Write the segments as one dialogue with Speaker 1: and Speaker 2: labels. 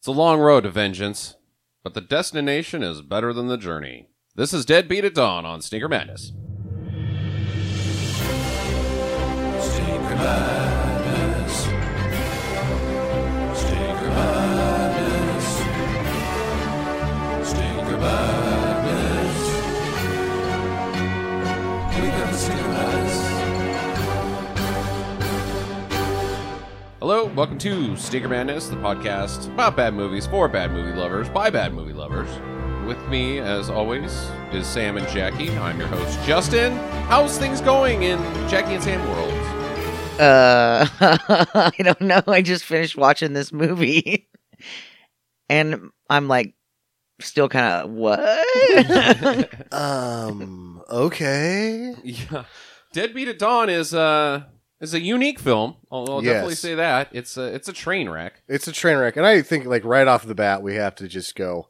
Speaker 1: It's a long road to vengeance, but the destination is better than the journey. This is Deadbeat at Dawn on Sneaker Madness.
Speaker 2: Stinker Madness. Stinker Madness. Stinker Madness. We got the Stinker Madness.
Speaker 1: Hello, welcome to Sneaker Madness, the podcast about bad movies for bad movie lovers by bad movie lovers. With me, as always, is Sam and Jackie. I'm your host, Justin. How's things going in Jackie and Sam world?
Speaker 3: Uh, I don't know. I just finished watching this movie, and I'm like, still kind of what?
Speaker 4: Um. Okay.
Speaker 1: Yeah. Deadbeat at Dawn is uh is a unique film. I'll, I'll definitely
Speaker 4: Yes.
Speaker 1: say that. It's a it's a train wreck.
Speaker 4: It's a train wreck, and I think like right off the bat we have to just go.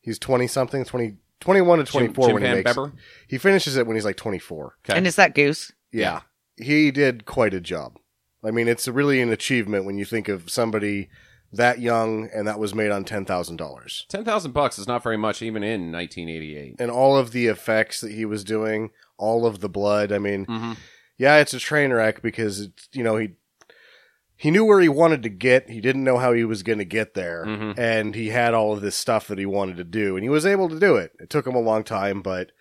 Speaker 4: He's twenty something, 20, 21 to twenty four
Speaker 1: Chim-
Speaker 4: when he
Speaker 1: Chimpan
Speaker 4: makes.
Speaker 1: Pepper.
Speaker 4: He finishes it when he's like twenty four.
Speaker 3: and it's that goose.
Speaker 4: Yeah. he did quite a job. I mean, it's really an achievement when you think of somebody that young and that was made on ten thousand dollars,
Speaker 1: Ten thousand bucks is not very much, even in 1988.
Speaker 4: and all of the effects that he was doing, all of the blood. I mean,
Speaker 1: Mhm.
Speaker 4: yeah, it's a train wreck because it's you know he he knew where he wanted to get, he didn't know how he was going to get there,
Speaker 1: Mhm.
Speaker 4: and he had all of this stuff that he wanted to do, and he was able to do it. It took him a long time, but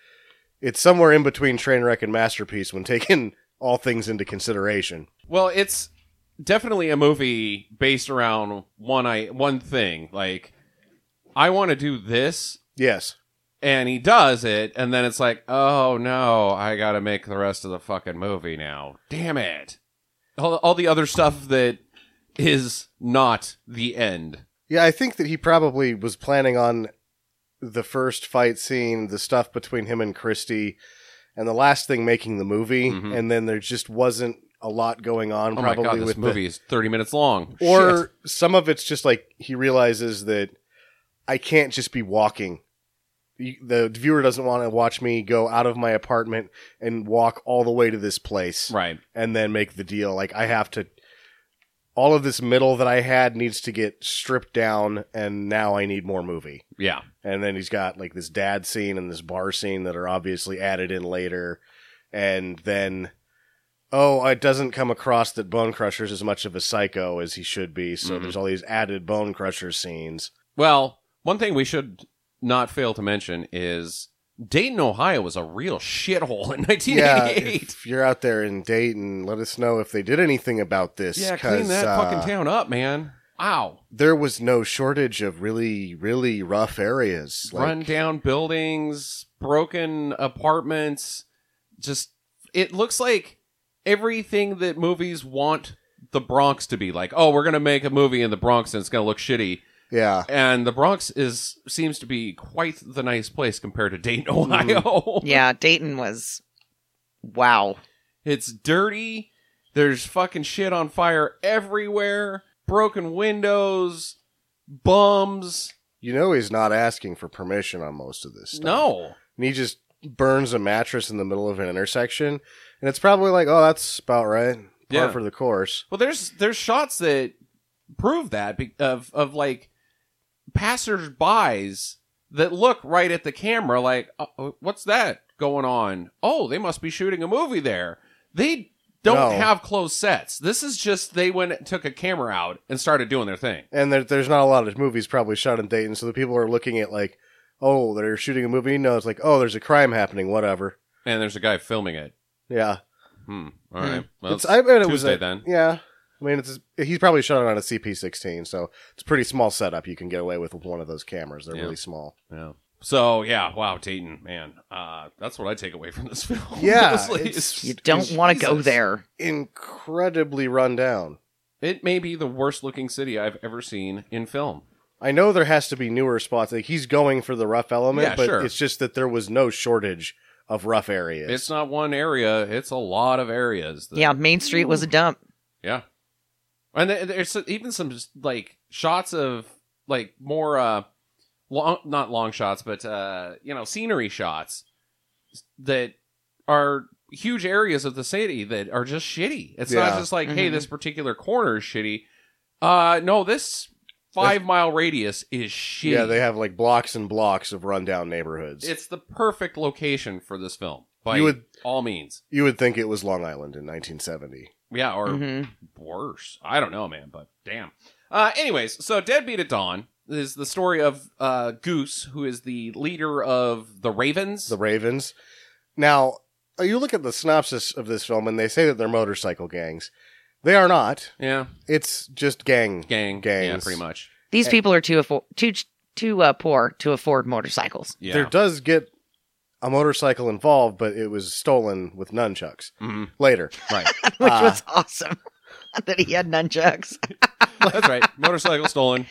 Speaker 4: it's somewhere in between train wreck and masterpiece when taking all things into consideration.
Speaker 1: Well, it's definitely a movie based around one I one thing. Like, I want to do this,
Speaker 4: Yes,
Speaker 1: and he does it, and then it's like, oh no, I got to make the rest of the fucking movie now. Damn it! All, all the other stuff that is not the end.
Speaker 4: yeah, I think that he probably was planning on the first fight scene, the stuff between him and Christie, and the last thing making the movie,
Speaker 1: Mhm.
Speaker 4: and then there just wasn't a lot going on.
Speaker 1: Oh
Speaker 4: probably
Speaker 1: my god, this
Speaker 4: with the-
Speaker 1: movie is 30 minutes long. Shit.
Speaker 4: or some of it's just like he realizes that I can't just be walking. You- The viewer doesn't want to watch me go out of my apartment and walk all the way to this place
Speaker 1: right.
Speaker 4: and then make the deal. Like I have to. All of this middle that I had needs to get stripped down, and now I need more movie.
Speaker 1: Yeah.
Speaker 4: And then he's got like this dad scene and this bar scene that are obviously added in later. And then, oh, it doesn't come across that Bone Crusher's as much of a psycho as he should be. So
Speaker 1: Mhm.
Speaker 4: there's all these added Bone Crusher scenes.
Speaker 1: Well, one thing we should not fail to mention is Dayton, Ohio was a real shithole in
Speaker 4: Yeah.
Speaker 1: 1988.
Speaker 4: if you're out there in Dayton, let us know if they did anything about this.
Speaker 1: Yeah, clean
Speaker 4: 'cause,
Speaker 1: that
Speaker 4: uh,
Speaker 1: fucking town up, man. Wow.
Speaker 4: There was no shortage of really, really rough areas. Like,
Speaker 1: Run down buildings, broken apartments. Just, it looks like everything that movies want the Bronx to be like. Oh, we're going to make a movie in the Bronx and it's going to look shitty.
Speaker 4: Yeah.
Speaker 1: And the Bronx is seems to be quite the nice place compared to Dayton,
Speaker 4: Hmm.
Speaker 1: Ohio.
Speaker 3: Yeah, Dayton was wow.
Speaker 1: It's dirty. There's fucking shit on fire everywhere. Broken windows, bums.
Speaker 4: You know, he's not asking for permission on most of this stuff.
Speaker 1: No.
Speaker 4: and he just burns a mattress in the middle of an intersection and it's probably like oh that's about right par
Speaker 1: Yeah.
Speaker 4: for the course
Speaker 1: Well, there's there's shots that prove that be- of of like passersbys that look right at the camera, like uh, uh, what's that going on? Oh, they must be shooting a movie there. They don't
Speaker 4: No.
Speaker 1: have closed sets. This is just they went and took a camera out and started doing their thing.
Speaker 4: and there, there's not a lot of movies probably shot in dayton so the people are looking at like oh they're shooting a movie no it's like oh there's a crime happening whatever
Speaker 1: And there's a guy filming it.
Speaker 4: yeah
Speaker 1: Hmm. All right. Well,
Speaker 4: it's i bet it was
Speaker 1: Tuesday
Speaker 4: a-
Speaker 1: then.
Speaker 4: yeah i mean it's he's probably shot it on a cp16 so it's a pretty small setup you can get away with with one of those cameras they're
Speaker 1: Yeah.
Speaker 4: really small
Speaker 1: Yeah. So yeah, wow, Dayton, man, uh, that's what I take away from this film.
Speaker 4: Yeah,
Speaker 1: honestly.
Speaker 4: it's-
Speaker 3: You don't want to go
Speaker 1: Jesus.
Speaker 3: there.
Speaker 4: incredibly run down
Speaker 1: It may be the worst looking city I've ever seen in film.
Speaker 4: I know there has to be newer spots. Like he's going for the rough element,
Speaker 1: Yeah,
Speaker 4: but
Speaker 1: sure.
Speaker 4: it's just that there was no shortage of rough areas.
Speaker 1: It's not one area; it's a lot of areas. that-
Speaker 3: Yeah, Main Street was a dump.
Speaker 1: yeah. And there- there's even some like shots of like more uh, long, not long shots, but uh, you know, scenery shots that are huge areas of the city that are just shitty. It's not
Speaker 4: Yeah.
Speaker 1: just like, hey,
Speaker 3: Mhm.
Speaker 1: this particular corner is shitty. Uh, no, this five mile radius is shit.
Speaker 4: Yeah, they have like blocks and blocks of rundown neighborhoods.
Speaker 1: It's the perfect location for this film by
Speaker 4: You would-
Speaker 1: all means.
Speaker 4: you would think it was Long Island in 1970.
Speaker 1: Yeah, or
Speaker 4: Mm-hmm.
Speaker 3: Mhm.
Speaker 1: worse. I don't know, man, but damn. Uh, anyways, so Deadbeat at Dawn is the story of uh, Goose, who is the leader of the Ravens.
Speaker 4: The Ravens. Now, you look at the synopsis of this film, and they say that they're motorcycle gangs. They are not.
Speaker 1: yeah,
Speaker 4: It's just gang.
Speaker 1: gang. Yeah,
Speaker 4: Gangs.
Speaker 1: pretty much.
Speaker 3: These people are too affo- too too uh, poor to afford motorcycles.
Speaker 1: Yeah.
Speaker 4: There does get a motorcycle involved, but it was stolen with nunchucks
Speaker 1: Mhm.
Speaker 4: later.
Speaker 1: Right.
Speaker 3: which
Speaker 4: Ah.
Speaker 3: was awesome that he had nunchucks.
Speaker 1: That's right. Motorcycle stolen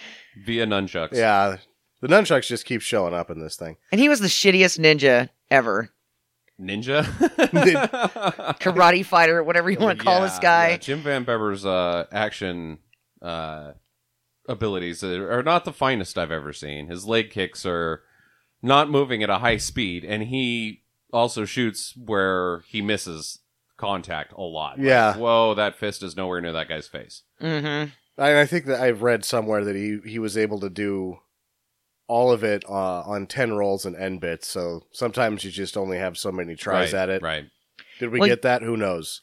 Speaker 1: via nunchucks.
Speaker 4: Yeah, the nunchucks just keep showing up in this thing.
Speaker 3: And he was the shittiest ninja ever.
Speaker 1: Ninja.
Speaker 3: Karate fighter, whatever you want to call this
Speaker 1: Yeah,
Speaker 3: guy.
Speaker 1: yeah. Jim Van Bever's uh, action uh, abilities are are not the finest I've ever seen. His leg kicks are not moving at a high speed, and he also shoots where he misses contact a lot. Like,
Speaker 4: Yeah.
Speaker 1: whoa, that fist is nowhere near that guy's face.
Speaker 3: Mm-hmm.
Speaker 4: I, I think that I've read somewhere that he he was able to do all of it uh, on ten rolls and end bits. So sometimes you just only have so many tries
Speaker 1: right,
Speaker 4: at it.
Speaker 1: Right.
Speaker 4: Did we
Speaker 3: Well,
Speaker 4: get that? Who knows?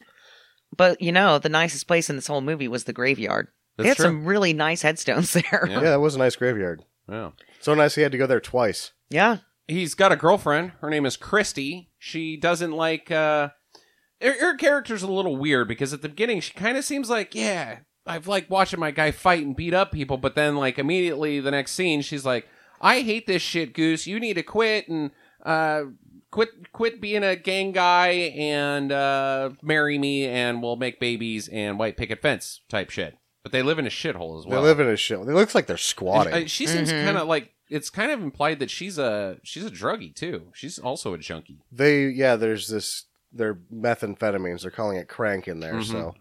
Speaker 3: But you know, the nicest place in this whole movie was the graveyard. they had
Speaker 1: That's true.
Speaker 3: some really nice headstones there.
Speaker 1: Yeah.
Speaker 4: Yeah. that was a nice graveyard.
Speaker 1: Yeah.
Speaker 4: So nice he had to go there twice.
Speaker 3: Yeah.
Speaker 1: he's got a girlfriend. Her name is Christy. She doesn't like uh her, her character's a little weird because at the beginning she kind of seems like, yeah, I've liked watching my guy fight and beat up people, but then like immediately the next scene she's like, I hate this shit, Goose. You need to quit and uh quit quit being a gang guy and uh marry me and we'll make babies and white picket fence type shit. But they live in a shithole as well.
Speaker 4: They live in a shit. It looks like they're
Speaker 1: And,
Speaker 4: squatting.
Speaker 1: uh, she seems
Speaker 3: Mhm.
Speaker 1: kind of like it's kind of implied that she's a she's a druggie too. She's also a junkie.
Speaker 4: they yeah, there's this. They're methamphetamines. They're calling it crank in there.
Speaker 1: Mhm.
Speaker 4: So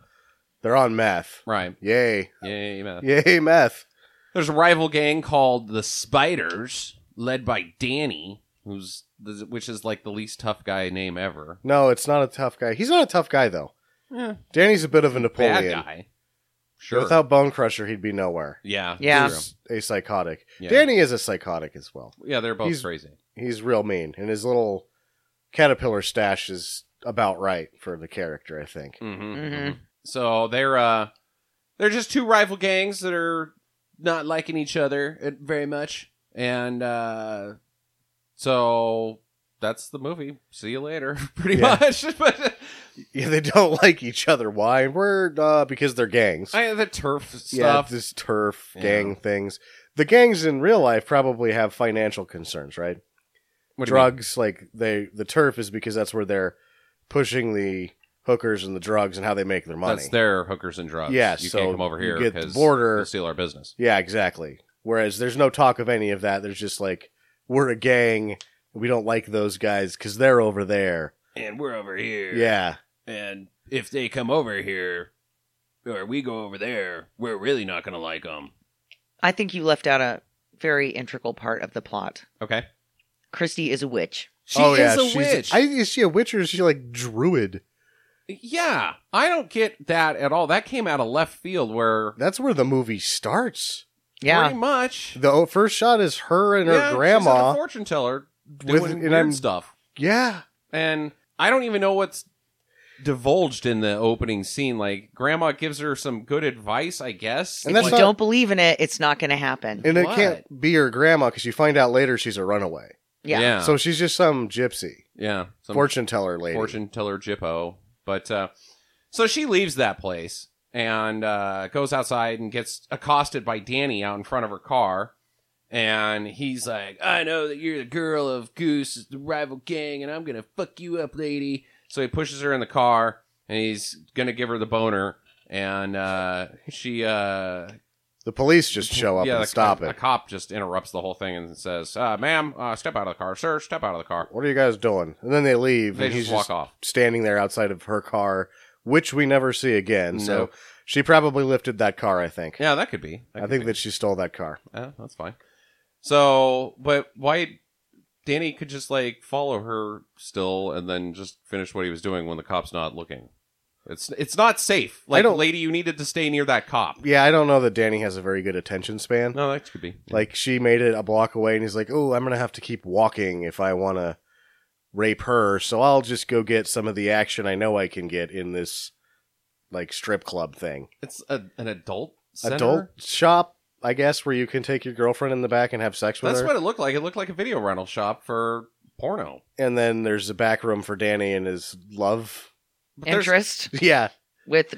Speaker 4: they're on meth.
Speaker 1: Right.
Speaker 4: Yay,
Speaker 1: Yeah, yeah.
Speaker 4: yay, meth.
Speaker 1: There's a rival gang called the Spiders, led by Danny, who's the, which is like the least tough guy name ever.
Speaker 4: No, it's not a tough guy. He's not a tough guy though.
Speaker 1: Yeah.
Speaker 4: Danny's a bit of a Napoleon.
Speaker 1: Bad guy. Sure.
Speaker 4: Without Bone Crusher, he'd be nowhere.
Speaker 1: yeah.
Speaker 3: Yeah.
Speaker 1: true.
Speaker 4: He's a psychotic.
Speaker 1: Yeah.
Speaker 4: Danny is a psychotic as well.
Speaker 1: Yeah, they're both
Speaker 4: He's-
Speaker 1: crazy.
Speaker 4: He's real mean, and his little caterpillar stash is about right for the character, I think.
Speaker 1: Mm-hmm.
Speaker 3: Mhm.
Speaker 1: So they're uh they're just two rival gangs that are not liking each other uh, very much, and uh so that's the movie. See you later, pretty
Speaker 4: Yeah.
Speaker 1: much. but
Speaker 4: Yeah, they don't like each other. Why? We're uh, because they're gangs.
Speaker 1: I, the turf
Speaker 4: yeah,
Speaker 1: stuff.
Speaker 4: this turf
Speaker 1: Yeah.
Speaker 4: gang things. The gangs in real life probably have financial concerns, right?
Speaker 1: What do you mean?
Speaker 4: drugs, like they the turf is because that's where they're pushing the hookers and the drugs and how they make their money.
Speaker 1: That's their hookers and drugs.
Speaker 4: Yeah,
Speaker 1: you
Speaker 4: so
Speaker 1: can't come over
Speaker 4: you
Speaker 1: here
Speaker 4: get the
Speaker 1: because
Speaker 4: border-
Speaker 1: they'll steal our business.
Speaker 4: Yeah, exactly. Whereas there's no talk of any of that. There's just like we're a gang. We don't like those guys because they're over there.
Speaker 1: And we're over here.
Speaker 4: Yeah,
Speaker 1: And if they come over here, or we go over there, we're really not going to like them.
Speaker 3: I think you left out a very integral part of the plot.
Speaker 1: Okay.
Speaker 3: Christy is a witch.
Speaker 1: She
Speaker 4: oh
Speaker 1: is
Speaker 4: yeah,
Speaker 1: a
Speaker 4: she's-
Speaker 1: witch.
Speaker 4: I, is she a witch or is she like druid?
Speaker 1: Yeah, I don't get that at all. That came out of left field where
Speaker 4: That's where the movie starts.
Speaker 3: Yeah.
Speaker 1: pretty much
Speaker 4: The o- first shot is her and her
Speaker 1: yeah, she's a
Speaker 4: grandma.
Speaker 1: fortune teller doing
Speaker 4: With- and
Speaker 1: weird
Speaker 4: I'm-
Speaker 1: stuff.
Speaker 4: yeah,
Speaker 1: And I don't even know what's divulged in the opening scene. Like grandma gives her some good advice, I guess.
Speaker 4: And that's
Speaker 3: if
Speaker 1: like,
Speaker 3: you
Speaker 4: not-
Speaker 3: don't believe in it, it's not going to happen.
Speaker 4: and it
Speaker 1: What?
Speaker 4: can't be her grandma because you find out later she's a runaway.
Speaker 3: yeah.
Speaker 1: yeah,
Speaker 4: So she's just some gypsy
Speaker 1: yeah, some
Speaker 4: fortune teller lady.
Speaker 1: fortune teller Jippo. But uh, so she leaves that place and uh, goes outside and gets accosted by Danny out in front of her car. And he's like, I know that you're the girl of Goose, the rival gang, and I'm going to fuck you up, lady. So he pushes her in the car and he's going to give her the boner. And uh, she uh,
Speaker 4: The police just show up
Speaker 1: yeah,
Speaker 4: and
Speaker 1: the-
Speaker 4: stop
Speaker 1: a,
Speaker 4: it.
Speaker 1: A cop just interrupts the whole thing and says, uh, "Ma'am, uh, step out of the car, sir. Step out of the car."
Speaker 4: What are you guys doing? And then they leave.
Speaker 1: They
Speaker 4: and he's
Speaker 1: just walk off.
Speaker 4: standing there outside of her car, which we never see again.
Speaker 1: No.
Speaker 4: So she probably lifted that car, I think.
Speaker 1: Yeah, that could be. That
Speaker 4: I
Speaker 1: could
Speaker 4: think
Speaker 1: be.
Speaker 4: that she stole that car.
Speaker 1: Yeah, that's fine. So, but why Danny could just like follow her still and then just finish what he was doing when the cop's not looking. It's it's not safe. Like,
Speaker 4: don't-
Speaker 1: lady, you needed to stay near that cop.
Speaker 4: Yeah, I don't know that Danny has a very good attention span.
Speaker 1: No, that could be.
Speaker 4: Like she made it a block away, and he's like, "Oh, I'm gonna have to keep walking if I want to rape her. So I'll just go get some of the action I know I can get in this like strip club thing,
Speaker 1: it's a, an adult center?
Speaker 4: adult shop, I guess, where you can take your girlfriend in the back and have sex with
Speaker 1: That's
Speaker 4: her.
Speaker 1: what it looked like. It looked like a video rental shop for porno.
Speaker 4: and then there's a back room for Danny and his love.
Speaker 1: But there's-
Speaker 3: Interest
Speaker 4: Yeah,
Speaker 3: with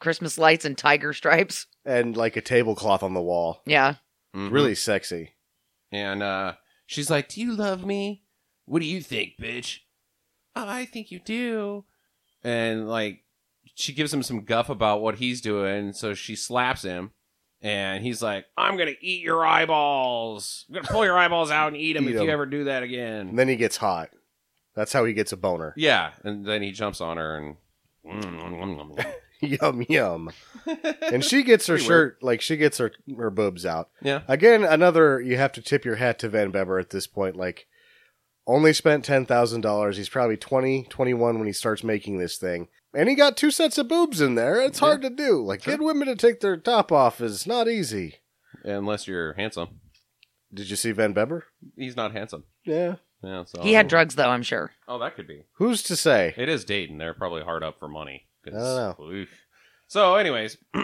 Speaker 3: Christmas lights and tiger stripes.
Speaker 4: and like a tablecloth on the wall,
Speaker 3: Yeah.
Speaker 1: Mhm.
Speaker 4: really sexy.
Speaker 1: And uh, she's like, "Do you love me? What do you think, bitch? Oh, I think you do." And like, she gives him some guff about what he's doing, so she slaps him, and he's like, "I'm gonna eat your eyeballs. I'm gonna pull your eyeballs out and eat them if
Speaker 4: Eat 'em.
Speaker 1: you ever do that
Speaker 4: And
Speaker 1: again."
Speaker 4: then he gets hot. That's how he gets a boner.
Speaker 1: Yeah, and then he jumps on her and. Mm-hmm.
Speaker 4: yum yum. and she gets her
Speaker 1: Pretty
Speaker 4: shirt like she gets her her boobs out
Speaker 1: Yeah.
Speaker 4: again another you have to tip your hat to van bever at this point like only spent $10000 he's probably 20 21 when he starts making this thing and he got two sets of boobs in there it's
Speaker 1: Yeah.
Speaker 4: hard to do like
Speaker 1: Sure.
Speaker 4: get women to take their top off is not easy
Speaker 1: Unless you're handsome,
Speaker 4: did you see van bever
Speaker 1: he's not handsome.
Speaker 4: yeah
Speaker 1: Yeah, so
Speaker 3: He had drugs though, I'm sure.
Speaker 1: Oh, that could be.
Speaker 4: who's to say
Speaker 1: It is Dayton. They're probably hard up for money. 'Cause-
Speaker 4: I don't
Speaker 1: oof. So, anyways,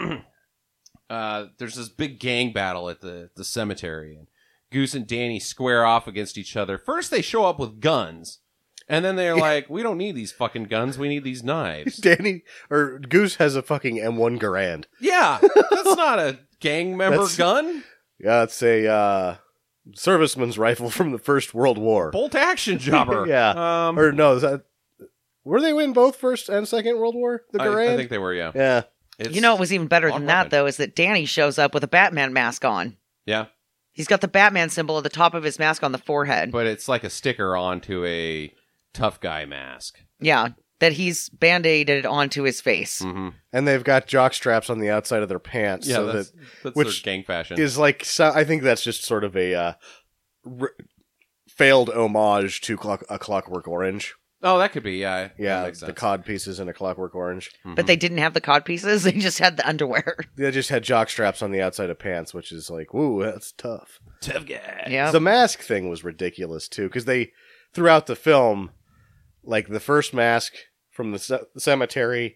Speaker 1: uh, there's this big gang battle at the the cemetery, and Goose and Danny square off against each other. First, they show up with guns, and then they're like, "We don't need these fucking guns. We need these knives."
Speaker 4: danny or goose has a fucking m1 garand
Speaker 1: yeah, that's not a gang member
Speaker 4: That's-
Speaker 1: gun.
Speaker 4: yeah it's a uh serviceman's rifle from the first world war
Speaker 1: Bolt action jobber.
Speaker 4: Yeah.
Speaker 1: Um,
Speaker 4: or no, is that were they in both First and Second World War? The
Speaker 1: I-
Speaker 4: Garand.
Speaker 1: I, think they were. Yeah.
Speaker 4: yeah,
Speaker 1: It's-
Speaker 3: you know what was even better
Speaker 1: odd
Speaker 3: than that
Speaker 1: weapon.
Speaker 3: though is that Danny shows up with a Batman mask on.
Speaker 1: Yeah.
Speaker 3: He's got the Batman symbol at the top of his mask on the forehead.
Speaker 1: But it's like a sticker onto a tough guy mask.
Speaker 3: yeah. That he's band-aided onto his face.
Speaker 1: Mm-hmm.
Speaker 4: and they've got jock straps on the outside of their pants.
Speaker 1: Yeah,
Speaker 4: so
Speaker 1: that's,
Speaker 4: that
Speaker 1: that's
Speaker 4: which
Speaker 1: their gang fashion.
Speaker 4: is like so, I think that's just sort of a uh, r- failed homage to clock, a Clockwork Orange.
Speaker 1: Oh, that could be. Yeah, That
Speaker 4: Yeah,
Speaker 1: makes
Speaker 4: the
Speaker 1: sense.
Speaker 4: cod pieces in a Clockwork Orange.
Speaker 3: But they didn't have the cod pieces, they just had the underwear.
Speaker 4: They just had jock straps on the outside of pants, which is like, woo, that's tough.
Speaker 1: tough guy.
Speaker 3: yeah.
Speaker 4: The mask thing was ridiculous too, because they throughout the film, like the first mask from the ce- cemetery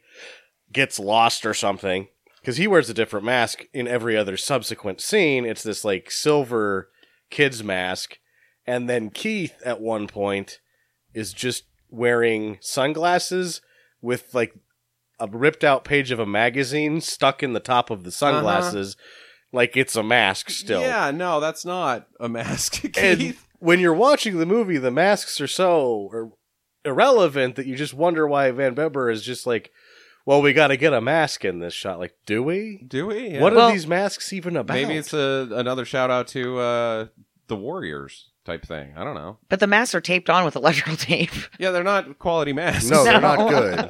Speaker 4: gets lost or something, because he wears a different mask in every other subsequent scene. It's this like silver kid's mask, and then Keith at one point is just wearing sunglasses with like a ripped out page of a magazine stuck in the top of the sunglasses, like it's a mask still.
Speaker 1: Yeah, no, that's not a mask, Keith.
Speaker 4: And when you're watching the movie, the masks are so ir- irrelevant that you just wonder why Van Beber is just like, well, we got to get a mask in this shot. Like, do we?
Speaker 1: Do we? Yeah.
Speaker 4: What are
Speaker 3: Well-
Speaker 4: these masks even about?
Speaker 1: Maybe it's a, another shout out to uh, the Warriors type thing. I don't know.
Speaker 3: But the masks are taped on with electrical tape.
Speaker 1: Yeah, they're not quality masks.
Speaker 4: no, they're not
Speaker 3: No.
Speaker 4: good.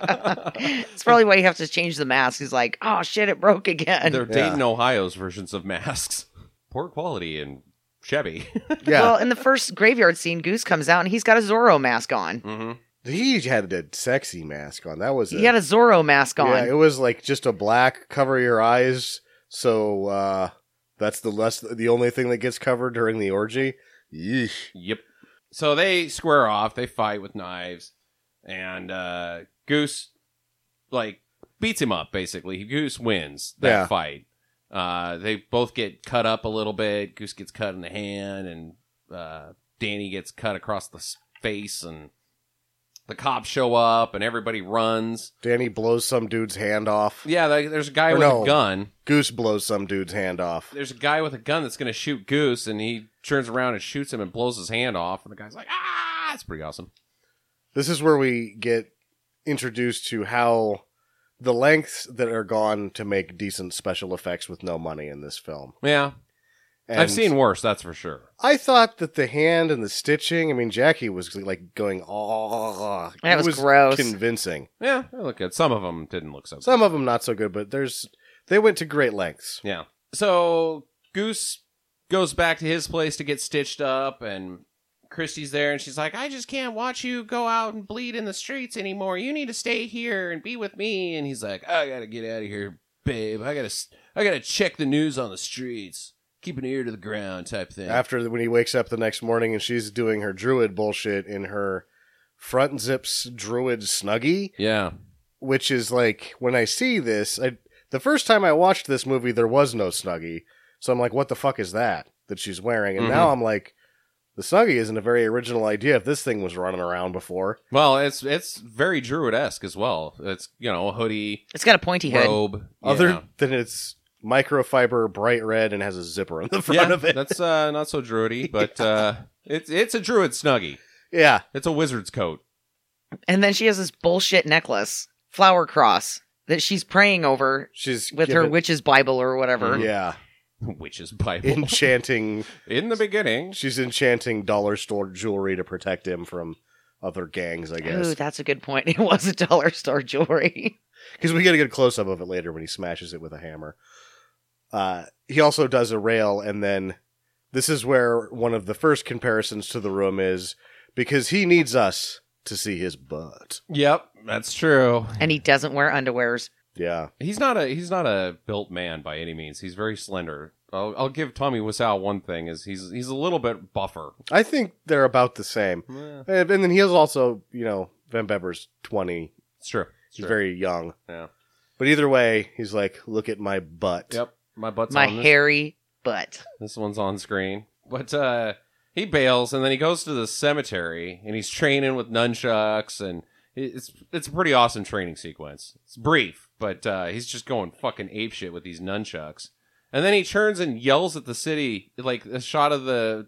Speaker 3: It's probably why you have to change the mask. He's like, oh shit, it broke again.
Speaker 1: they're
Speaker 4: Yeah.
Speaker 1: Dayton, Ohio's versions of masks. Poor quality and shabby.
Speaker 4: Yeah,
Speaker 3: Well, in the first graveyard scene, Goose comes out and he's got a Zorro mask on.
Speaker 1: mm-hmm.
Speaker 4: he had a sexy mask on. That was
Speaker 3: He had a Zorro mask on.
Speaker 4: Yeah, it was like just a black cover your eyes. So uh, that's the less the only thing that gets covered during the orgy. Yeesh.
Speaker 1: Yep. So they square off. They fight with knives, and uh, Goose like beats him up. Basically, Goose wins that
Speaker 4: Yeah.
Speaker 1: fight. Uh, they both get cut up a little bit. Goose gets cut in the hand, and uh, Danny gets cut across the s- face. And the cops show up, and everybody runs.
Speaker 4: Danny blows some dude's hand off.
Speaker 1: Yeah, like, there's a guy
Speaker 4: Or
Speaker 1: with
Speaker 4: no.
Speaker 1: a gun.
Speaker 4: Goose blows some dude's hand off.
Speaker 1: There's a guy with a gun that's gonna shoot Goose, and he turns around and shoots him and blows his hand off. And the guy's like, "Ah!" It's pretty awesome.
Speaker 4: This is where we get introduced to how the lengths that are gone to make decent special effects with no money in this film.
Speaker 1: Yeah, I've
Speaker 4: And
Speaker 1: seen worse, that's for sure.
Speaker 4: I thought that the hand and the stitching. I mean, Jackie was like going, "Oh,
Speaker 3: That
Speaker 4: It
Speaker 3: was gross.
Speaker 4: convincing."
Speaker 1: Yeah, they look good. Some of them didn't look so good.
Speaker 4: Some of them not so good, but there's they went to great lengths.
Speaker 1: Yeah. So Goose goes back to his place to get stitched up, and Christy's there and she's like, I just can't watch you go out and bleed in the streets anymore. You need to stay here and be with me. And he's like, I gotta get out of here, babe. I gotta, s- I gotta check the news on the streets, keep an ear to the ground, type thing.
Speaker 4: After when he wakes up the next morning and she's doing her druid bullshit in her front zips druid snuggie,
Speaker 1: yeah,
Speaker 4: which is like when I see this, I the first time I watched this movie there was no snuggie, so I'm like, what the fuck is that that she's wearing? And
Speaker 1: Mm-hmm.
Speaker 4: now I'm like, the snuggie isn't a very original idea. If this thing was running around before,
Speaker 1: well, it's it's very druid-esque as well. It's you know a hoodie,
Speaker 3: It's got a pointy head.
Speaker 1: robe,
Speaker 4: other
Speaker 1: yeah.
Speaker 4: than it's microfiber, bright red, and has a zipper on the front
Speaker 1: yeah,
Speaker 4: of it.
Speaker 1: that's uh, not so druidy, but uh, it's it's a druid snuggie.
Speaker 4: Yeah,
Speaker 1: It's a wizard's coat.
Speaker 3: And then she has this bullshit necklace, flower cross, that she's praying over
Speaker 4: she's
Speaker 3: with her
Speaker 4: given-
Speaker 3: witch's Bible or whatever.
Speaker 4: Yeah,
Speaker 1: Witch's Bible. In,
Speaker 4: enchanting.
Speaker 1: the beginning,
Speaker 4: she's enchanting dollar store jewelry to protect him from other gangs, I
Speaker 3: Ooh,
Speaker 4: guess.
Speaker 3: that's a good point. It was a dollar store jewelry.
Speaker 4: Because we get a good close up of it later when he smashes it with a hammer. Uh, he also does a rail, and then this is where one of the first comparisons to the room is because he needs us to see his butt.
Speaker 1: yep, that's true.
Speaker 3: and he doesn't wear underwears.
Speaker 4: Yeah,
Speaker 1: He's not a he's not a built man by any means. He's very slender. I'll, I'll give Tommy Wiseau one thing is he's he's a little bit buffer.
Speaker 4: I think they're about the same.
Speaker 1: Yeah.
Speaker 4: And and then he is also, you know, Van Bever's twenty.
Speaker 1: It's true. It's
Speaker 4: He's
Speaker 1: true.
Speaker 4: very young.
Speaker 1: Yeah.
Speaker 4: But either way, he's like, "Look at my butt."
Speaker 1: yep. My butt's
Speaker 3: my
Speaker 1: on this
Speaker 3: hairy butt.
Speaker 1: This one's on screen. But uh he bails and then he goes to the cemetery and he's training with nunchucks and it's it's a pretty awesome training sequence. It's brief, but uh he's just going fucking apeshit with these nunchucks. And then he turns and yells at the city, like a shot of the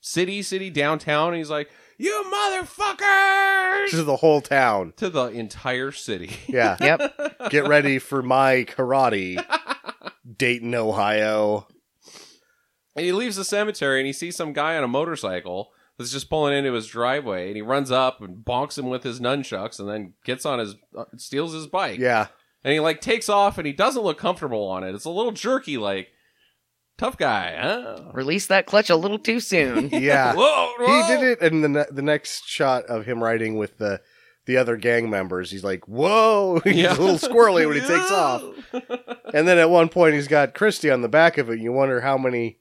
Speaker 1: city, city downtown, and he's like, You
Speaker 4: To
Speaker 1: motherfuckers
Speaker 4: the whole town.
Speaker 1: to the entire city.
Speaker 4: Yeah.
Speaker 3: Yep.
Speaker 4: Get ready for my karate. Dayton, Ohio.
Speaker 1: And he leaves the cemetery and he sees some guy on a motorcycle that's just pulling into his driveway and he runs up and bonks him with his nunchucks and then gets on his uh, steals his bike.
Speaker 4: Yeah.
Speaker 1: And he like takes off and he doesn't look comfortable on it. It's a little jerky like tough guy, huh?
Speaker 3: Release that clutch a little too soon.
Speaker 4: Yeah.
Speaker 1: Whoa, whoa.
Speaker 4: He did it and the ne- the next shot of him riding with the the other gang members, he's like, "Whoa!" He's
Speaker 1: Yeah.
Speaker 4: a little squirrely when he takes off. And then at one point, he's got Christy on the back of it. And you wonder how many,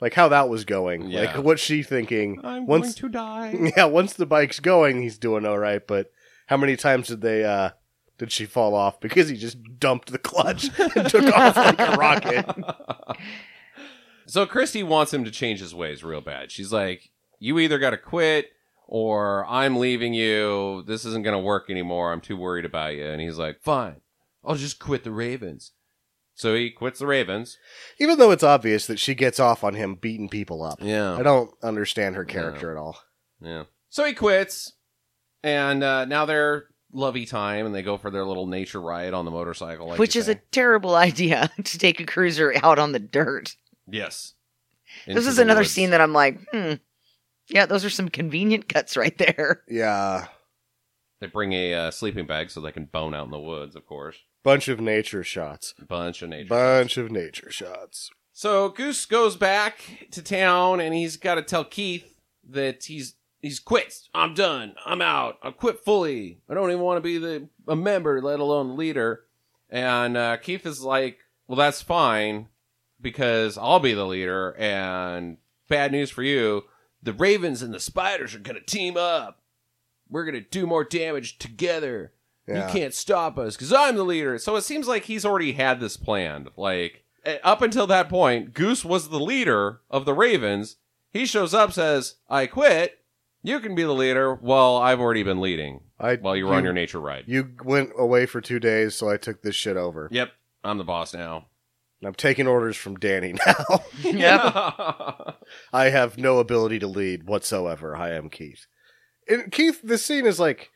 Speaker 4: like how that was going.
Speaker 1: Yeah.
Speaker 4: Like what's she thinking?
Speaker 1: I'm going
Speaker 4: once,
Speaker 1: to die.
Speaker 4: yeah, once the bike's going, he's doing all right. But how many times did they? uh did she fall off because he just dumped the clutch and took off like a rocket?
Speaker 1: so Christy wants him to change his ways real bad. She's like, "You either got to quit or I'm leaving you. This isn't going to work anymore. I'm too worried about you." And he's like, "Fine. I'll just quit the Ravens." So he quits the Ravens.
Speaker 4: Even though it's obvious that she gets off on him beating people up. I
Speaker 1: Yeah.
Speaker 4: don't understand her character at all.
Speaker 1: Yeah. So he quits and uh, now they're lovey time and they go for their little nature ride on the motorcycle like
Speaker 3: Which
Speaker 1: you
Speaker 3: is
Speaker 1: say.
Speaker 3: a terrible idea to take a cruiser out on the dirt.
Speaker 1: Yes.
Speaker 3: this is another scene that I'm like, hmm. Yeah, those are some convenient cuts right there.
Speaker 4: Yeah.
Speaker 1: they bring a uh, sleeping bag so they can bone out in the woods, of course.
Speaker 4: Bunch of nature shots.
Speaker 1: Bunch of nature.
Speaker 4: Bunch of nature shots.
Speaker 1: So Goose goes back to town and he's got to tell Keith that he's he's quit. I'm done. I'm out. I quit fully. I don't even want to be the a member, let alone leader. And uh, Keith is like, "Well, that's fine because I'll be the leader." And bad news for you, the Ravens and the Spiders are going to team up. We're going to do more damage together.
Speaker 4: Yeah.
Speaker 1: You can't stop us because I'm the leader. So it seems like he's already had this planned. Like eh, up until that point, Goose was the leader of the Ravens. He shows up, says, "I quit. You can be the leader." Well, I've already been leading
Speaker 4: I,
Speaker 1: while you were on your nature ride.
Speaker 4: You went away for two days, so I took this shit over.
Speaker 1: yep, I'm the boss now.
Speaker 4: And I'm taking orders from Danny now.
Speaker 3: Yep.
Speaker 4: I have no ability to lead whatsoever. I am Keith. And Keith, this scene is like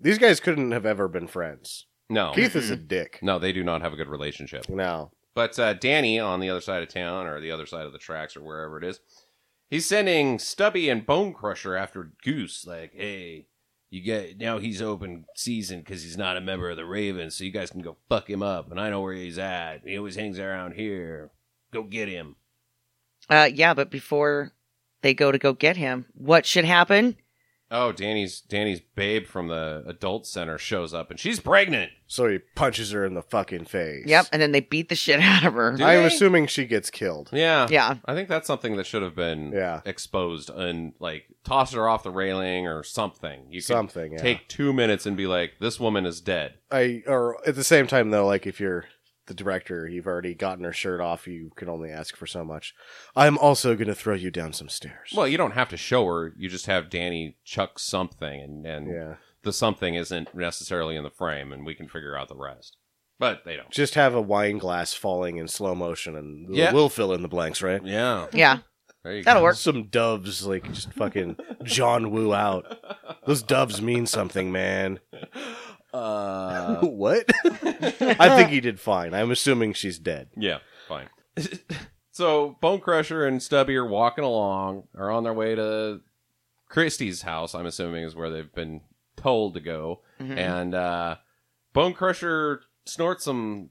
Speaker 4: these guys couldn't have ever been friends.
Speaker 1: no,
Speaker 4: Keith is a dick.
Speaker 1: no, they do not have a good relationship.
Speaker 4: No.
Speaker 1: But uh, Danny on the other side of town or the other side of the tracks or wherever it is, he's sending Stubby and Bone Crusher after Goose. Like, hey, you get now he's open season because he's not a member of the Ravens, so you guys can go fuck him up. And I know where he's at. He always hangs around here. Go get him.
Speaker 3: Uh, yeah, but before they go to go get him. What should happen?
Speaker 1: Oh, Danny's Danny's babe from the adult center shows up and she's pregnant.
Speaker 4: So he punches her in the fucking face.
Speaker 3: Yep, and then they beat the shit out of her.
Speaker 1: Do
Speaker 4: I'm
Speaker 1: they?
Speaker 4: assuming she gets killed.
Speaker 1: Yeah.
Speaker 3: Yeah.
Speaker 1: I think that's something that should have been
Speaker 4: Yeah.
Speaker 1: exposed and like tossed her off the railing or something. You could
Speaker 4: Something, yeah.
Speaker 1: take two minutes and be like, "This woman is dead."
Speaker 4: I or at the same time though, like if you're the director, you've already gotten her shirt off, you can only ask for so much. I'm also gonna throw you down some stairs.
Speaker 1: Well, you don't have to show her. You just have Danny chuck something, and and
Speaker 4: Yeah.
Speaker 1: the something isn't necessarily in the frame, and we can figure out the rest. But they don't.
Speaker 4: Just have a wine glass falling in slow motion and
Speaker 1: Yeah.
Speaker 4: we'll fill in the blanks, right?
Speaker 1: Yeah,
Speaker 3: Yeah.
Speaker 1: there you
Speaker 3: That'll
Speaker 1: go.
Speaker 3: work.
Speaker 4: Some doves like just fucking John Woo out. Those doves mean something, man.
Speaker 1: Uh,
Speaker 4: what? I think he did fine. I'm assuming she's dead.
Speaker 1: Yeah, fine. so Bone Crusher and Stubby are walking along, are on their way to Christie's house, I'm assuming is where they've been told to go.
Speaker 4: Mm-hmm.
Speaker 3: Mhm.
Speaker 1: And uh, Bone Crusher snorts some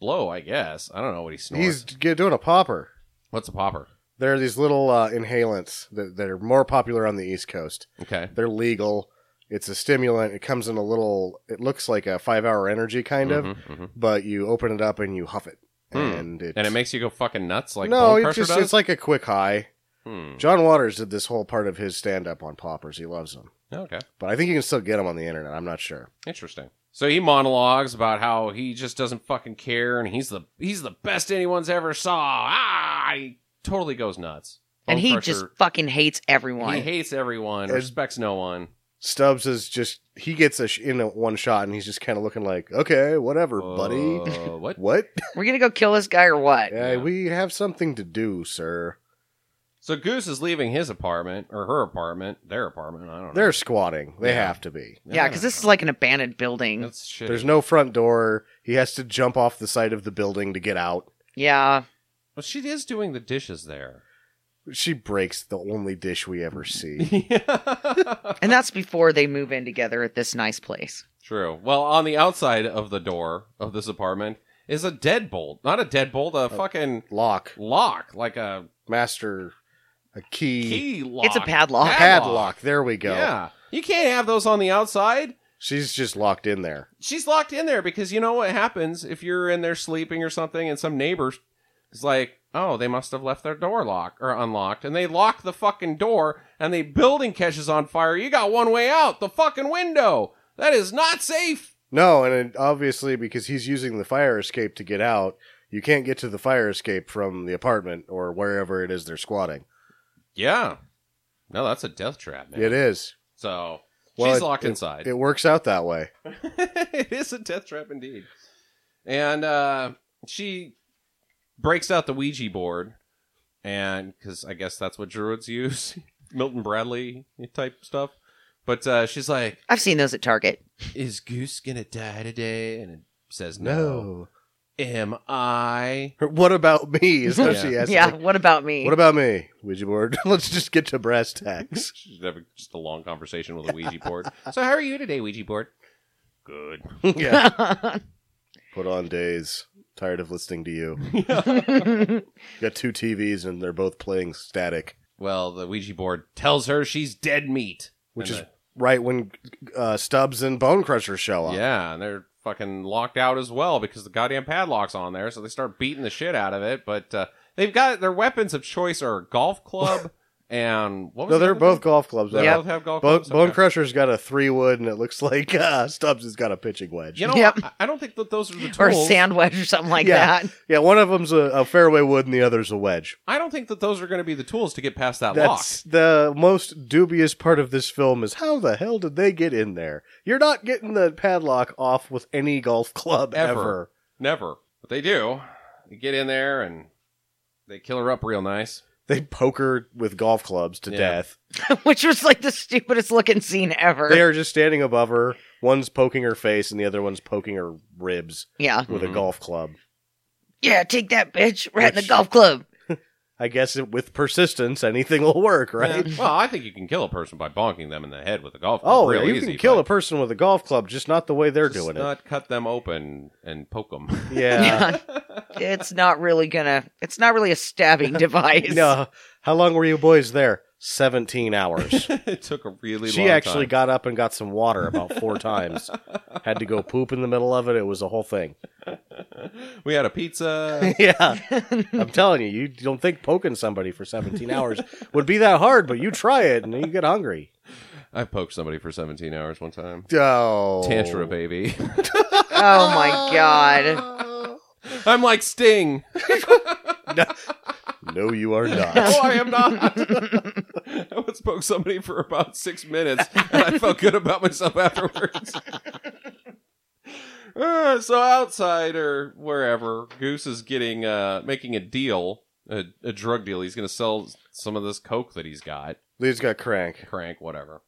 Speaker 1: blow, I guess. I don't know what he snorts.
Speaker 4: He's g- doing a popper.
Speaker 1: What's a popper?
Speaker 4: There are these little uh, inhalants that, that are more popular on the East Coast.
Speaker 1: Okay.
Speaker 4: They're legal. It's a stimulant. It comes in a little. It looks like a five-hour energy kind of,
Speaker 1: Mhm, mhm.
Speaker 4: but you open it up and you huff it,
Speaker 1: Hmm.
Speaker 4: and it
Speaker 1: And it makes you go fucking nuts like
Speaker 4: no.
Speaker 1: Bone
Speaker 4: It's
Speaker 1: Crusher
Speaker 4: just
Speaker 1: does?
Speaker 4: it's like a quick high.
Speaker 1: Hmm.
Speaker 4: John Waters did this whole part of his stand-up on poppers. He loves them,
Speaker 1: Okay.
Speaker 4: but I think you can still get them on the internet. I'm not sure.
Speaker 1: Interesting. So he monologues about how he just doesn't fucking care and he's the he's the best anyone's ever saw. Ah, he totally goes nuts.
Speaker 3: and
Speaker 1: Bone
Speaker 3: he
Speaker 1: Crusher,
Speaker 3: just fucking hates everyone.
Speaker 1: he hates everyone,
Speaker 4: And-
Speaker 1: respects no one.
Speaker 4: Stubbs is just he gets a sh- in a one shot, and he's just kind of looking like, okay, whatever, buddy.
Speaker 1: Uh, what?
Speaker 4: What?
Speaker 3: We're gonna go kill this guy or what?
Speaker 4: Yeah,
Speaker 1: Yeah.
Speaker 4: we have something to do, sir.
Speaker 1: So Goose is leaving his apartment or her apartment, their apartment. I don't know.
Speaker 4: They're squatting. They
Speaker 1: Yeah.
Speaker 4: have to be.
Speaker 3: Yeah, because this is like an abandoned building.
Speaker 1: that's shit.
Speaker 4: There's no front door. He has to jump off the side of the building to get out.
Speaker 3: yeah.
Speaker 1: Well, she is doing the dishes there.
Speaker 4: She breaks the only dish we ever see.
Speaker 3: And that's before they move in together at this nice place.
Speaker 1: True. Well, on the outside of the door of this apartment is a deadbolt. Not a deadbolt,
Speaker 3: Oh.
Speaker 1: a fucking
Speaker 4: Lock,
Speaker 1: lock, like a
Speaker 4: master, a key,
Speaker 1: key lock.
Speaker 3: It's a padlock.
Speaker 4: padlock. There we go.
Speaker 1: Yeah. You can't have those on the outside.
Speaker 4: She's just locked in there.
Speaker 1: She's locked in there because you know what happens if you're in there sleeping or something and some neighbor is like, oh, they must have left their door locked or unlocked. And they lock the fucking door and the building catches on fire. You got one way out the fucking window. That is not safe.
Speaker 4: No, and it, obviously because he's using the fire escape to get out, you can't get to the fire escape from the apartment or wherever it is they're squatting.
Speaker 1: Yeah. No, that's a death trap, man.
Speaker 4: It is.
Speaker 1: So
Speaker 4: Well,
Speaker 1: she's
Speaker 4: it-
Speaker 1: locked inside.
Speaker 4: It works out that way.
Speaker 1: it is a death trap indeed. And uh, she breaks out the Ouija board, and because I guess that's what druids use, Milton Bradley type stuff. But uh, she's like,
Speaker 3: I've seen those at Target.
Speaker 1: "Is Goose gonna die today?" And it says, "No." Am I?
Speaker 4: What about me? Is what she
Speaker 1: Yeah.
Speaker 4: asks.
Speaker 3: yeah.
Speaker 4: Like,
Speaker 3: what about me?
Speaker 4: What about me? Ouija board. Let's just get to brass tacks.
Speaker 1: She's having just a long conversation with a Ouija board. so how are you today, Ouija board? Good.
Speaker 4: yeah. Put on days. Tired of listening to you. Got two TVs and they're both playing static,
Speaker 1: Well, the Ouija board tells her she's dead meat,
Speaker 4: which
Speaker 1: And
Speaker 4: is
Speaker 1: the-
Speaker 4: right when uh, Stubbs and Bone Crusher show up.
Speaker 1: Yeah, and they're fucking locked out as well because the goddamn padlock's on there, so they start beating the shit out of it. But uh, they've got their weapons of choice are a golf club and what was
Speaker 4: No,
Speaker 1: the
Speaker 4: they're
Speaker 1: other
Speaker 4: both
Speaker 1: thing?
Speaker 4: golf clubs.
Speaker 1: They
Speaker 3: Yeah.
Speaker 1: both have golf
Speaker 4: Bo-
Speaker 1: clubs.
Speaker 4: Bone
Speaker 1: Okay.
Speaker 4: Crusher's got a three wood, and it looks like uh, Stubbs has got a pitching wedge.
Speaker 1: You know,
Speaker 3: Yep.
Speaker 1: I, I don't think that those are the tools.
Speaker 3: or a sand wedge or something like
Speaker 4: Yeah.
Speaker 3: that.
Speaker 4: Yeah, one of them's a, a fairway wood, and the other's a wedge.
Speaker 1: I don't think that those are going to be the tools to get past that
Speaker 4: That's the most dubious part of this film is how the hell did they get in there? You're not getting the padlock off with any golf club
Speaker 1: Ever.
Speaker 4: ever.
Speaker 1: lock. Never. But they do. They get in there and they kill her up real nice.
Speaker 4: They poker with golf clubs to
Speaker 1: Yeah.
Speaker 4: death.
Speaker 3: Which was like the stupidest looking scene ever.
Speaker 4: They are just standing above her. One's poking her face, and the other one's poking her ribs
Speaker 3: yeah.
Speaker 4: with a
Speaker 1: Mhm.
Speaker 4: golf club.
Speaker 3: Yeah, take that bitch. We're at the
Speaker 4: Which-
Speaker 3: golf club.
Speaker 4: I guess it, with persistence, anything will work, right?
Speaker 1: Yeah. Well, I think you can kill a person by bonking them in the head with a golf club.
Speaker 4: Oh,
Speaker 1: real
Speaker 4: you
Speaker 1: easy,
Speaker 4: can kill
Speaker 1: but
Speaker 4: a person with a golf club, just not the way they're
Speaker 1: just
Speaker 4: doing
Speaker 1: Not cut them open and poke them.
Speaker 4: it. Yeah.
Speaker 3: it's not really gonna. It's not really a stabbing device.
Speaker 4: no. How long were you boys there? 17 hours.
Speaker 1: it took a really.
Speaker 4: she
Speaker 1: long
Speaker 4: actually
Speaker 1: time.
Speaker 4: got up and got some water about four times. Had to go poop in the middle of it. It was a whole thing.
Speaker 1: We had a pizza.
Speaker 4: yeah. I'm telling you, you don't think poking somebody for 17 hours would be that hard, but you try it and you get hungry.
Speaker 1: I poked somebody for 17 hours one time.
Speaker 4: Oh.
Speaker 1: Tantra baby.
Speaker 3: Oh my god.
Speaker 1: I'm like Sting. Oh,
Speaker 4: No, you are not.
Speaker 1: No, I am not. I once poked somebody for about six minutes, and I felt good about myself afterwards. Uh, so outside or wherever, Goose is getting uh, making a deal, a, a drug deal. He's going to sell some of this coke that he's got,
Speaker 4: Lee's got crank.
Speaker 1: crank, whatever.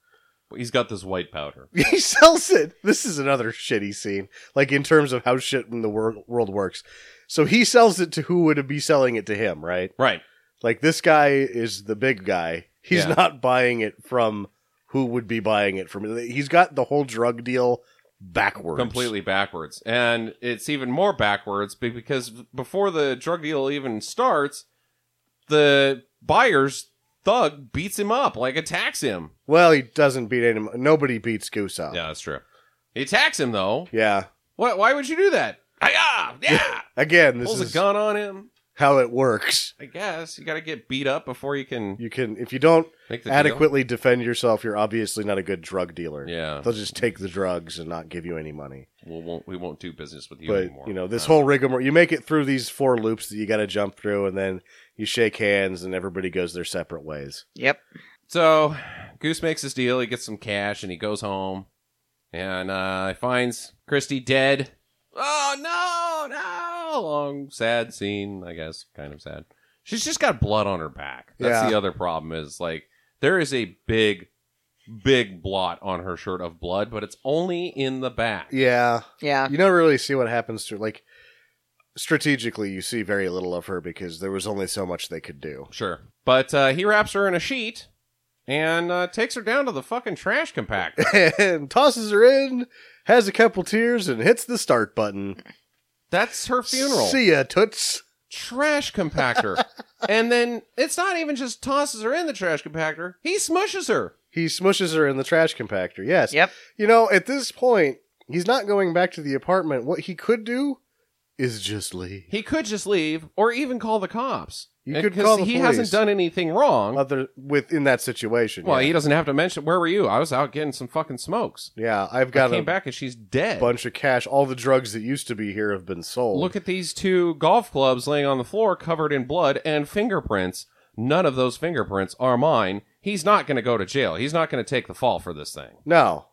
Speaker 1: He's got this white powder.
Speaker 4: he sells it. This is another shitty scene, like in terms of how shit in the wor- world works. So he sells it to who would be selling it to him, right?
Speaker 1: Right.
Speaker 4: Like this guy is the big guy. He's
Speaker 1: Yeah.
Speaker 4: not buying it from who would be buying it from. He's got the whole drug deal backwards.
Speaker 1: Completely backwards. And it's even more backwards be- because before the drug deal even starts, the buyer's thug beats him up, like attacks him.
Speaker 4: Well, he doesn't beat him. Nobody beats Goose up.
Speaker 1: Yeah, that's true. He attacks him though.
Speaker 4: Yeah.
Speaker 1: Why, why would you do that? Hi-yah! Yeah.
Speaker 4: Again, this
Speaker 1: Pulls
Speaker 4: is
Speaker 1: a gun on him.
Speaker 4: how it works.
Speaker 1: I guess you got to get beat up before you can
Speaker 4: You can if you don't
Speaker 1: make the deal.
Speaker 4: adequately defend yourself, you're obviously not a good drug dealer.
Speaker 1: Yeah.
Speaker 4: They'll just take the drugs and not give you any money.
Speaker 1: We won't we won't do business with you
Speaker 4: but
Speaker 1: anymore.
Speaker 4: you know this
Speaker 1: Uh,
Speaker 4: whole rigmarole you make it through these four loops that you got to jump through and then you shake hands and everybody goes their separate ways
Speaker 3: Yep.
Speaker 1: So Goose makes his deal. He gets some cash and he goes home. And uh, he finds Christy dead. Oh no, no! Long sad scene, I guess. Kind of sad. She's just got blood on her back. That's
Speaker 4: Yeah.
Speaker 1: the other problem. Is like there is a big, big blot on her shirt of blood, but it's only in the back.
Speaker 4: yeah
Speaker 3: Yeah.
Speaker 4: you don't really see what happens to like strategically you see very little of her because there was only so much they could do
Speaker 1: Sure, but uh, he wraps her in a sheet and uh, takes her down to the fucking trash compactor.
Speaker 4: and tosses her in has a couple tears and hits the start button
Speaker 1: That's her funeral.
Speaker 4: see ya toots
Speaker 1: trash compactor. and then it's not even just tosses her in the trash compactor, he smushes her.
Speaker 4: he smushes her in the trash compactor yes
Speaker 3: Yep.
Speaker 4: you know at this point he's not going back to the apartment what he could do is just leave
Speaker 1: He could just leave or even call the cops.
Speaker 4: You
Speaker 1: And-
Speaker 4: could
Speaker 1: 'cause
Speaker 4: call the
Speaker 1: he
Speaker 4: police.
Speaker 1: hasn't done anything wrong.
Speaker 4: other within that situation.
Speaker 1: well,
Speaker 4: yeah.
Speaker 1: he doesn't have to mention where were you? I was out getting some fucking smokes.
Speaker 4: yeah, I've
Speaker 1: I
Speaker 4: got
Speaker 1: came
Speaker 4: a
Speaker 1: back and she's dead.
Speaker 4: bunch of cash. All the drugs that used to be here have been sold.
Speaker 1: Look at these two golf clubs laying on the floor covered in blood and fingerprints. None of those fingerprints are mine. He's not going to go to jail. He's not going to take the fall for this thing.
Speaker 4: no,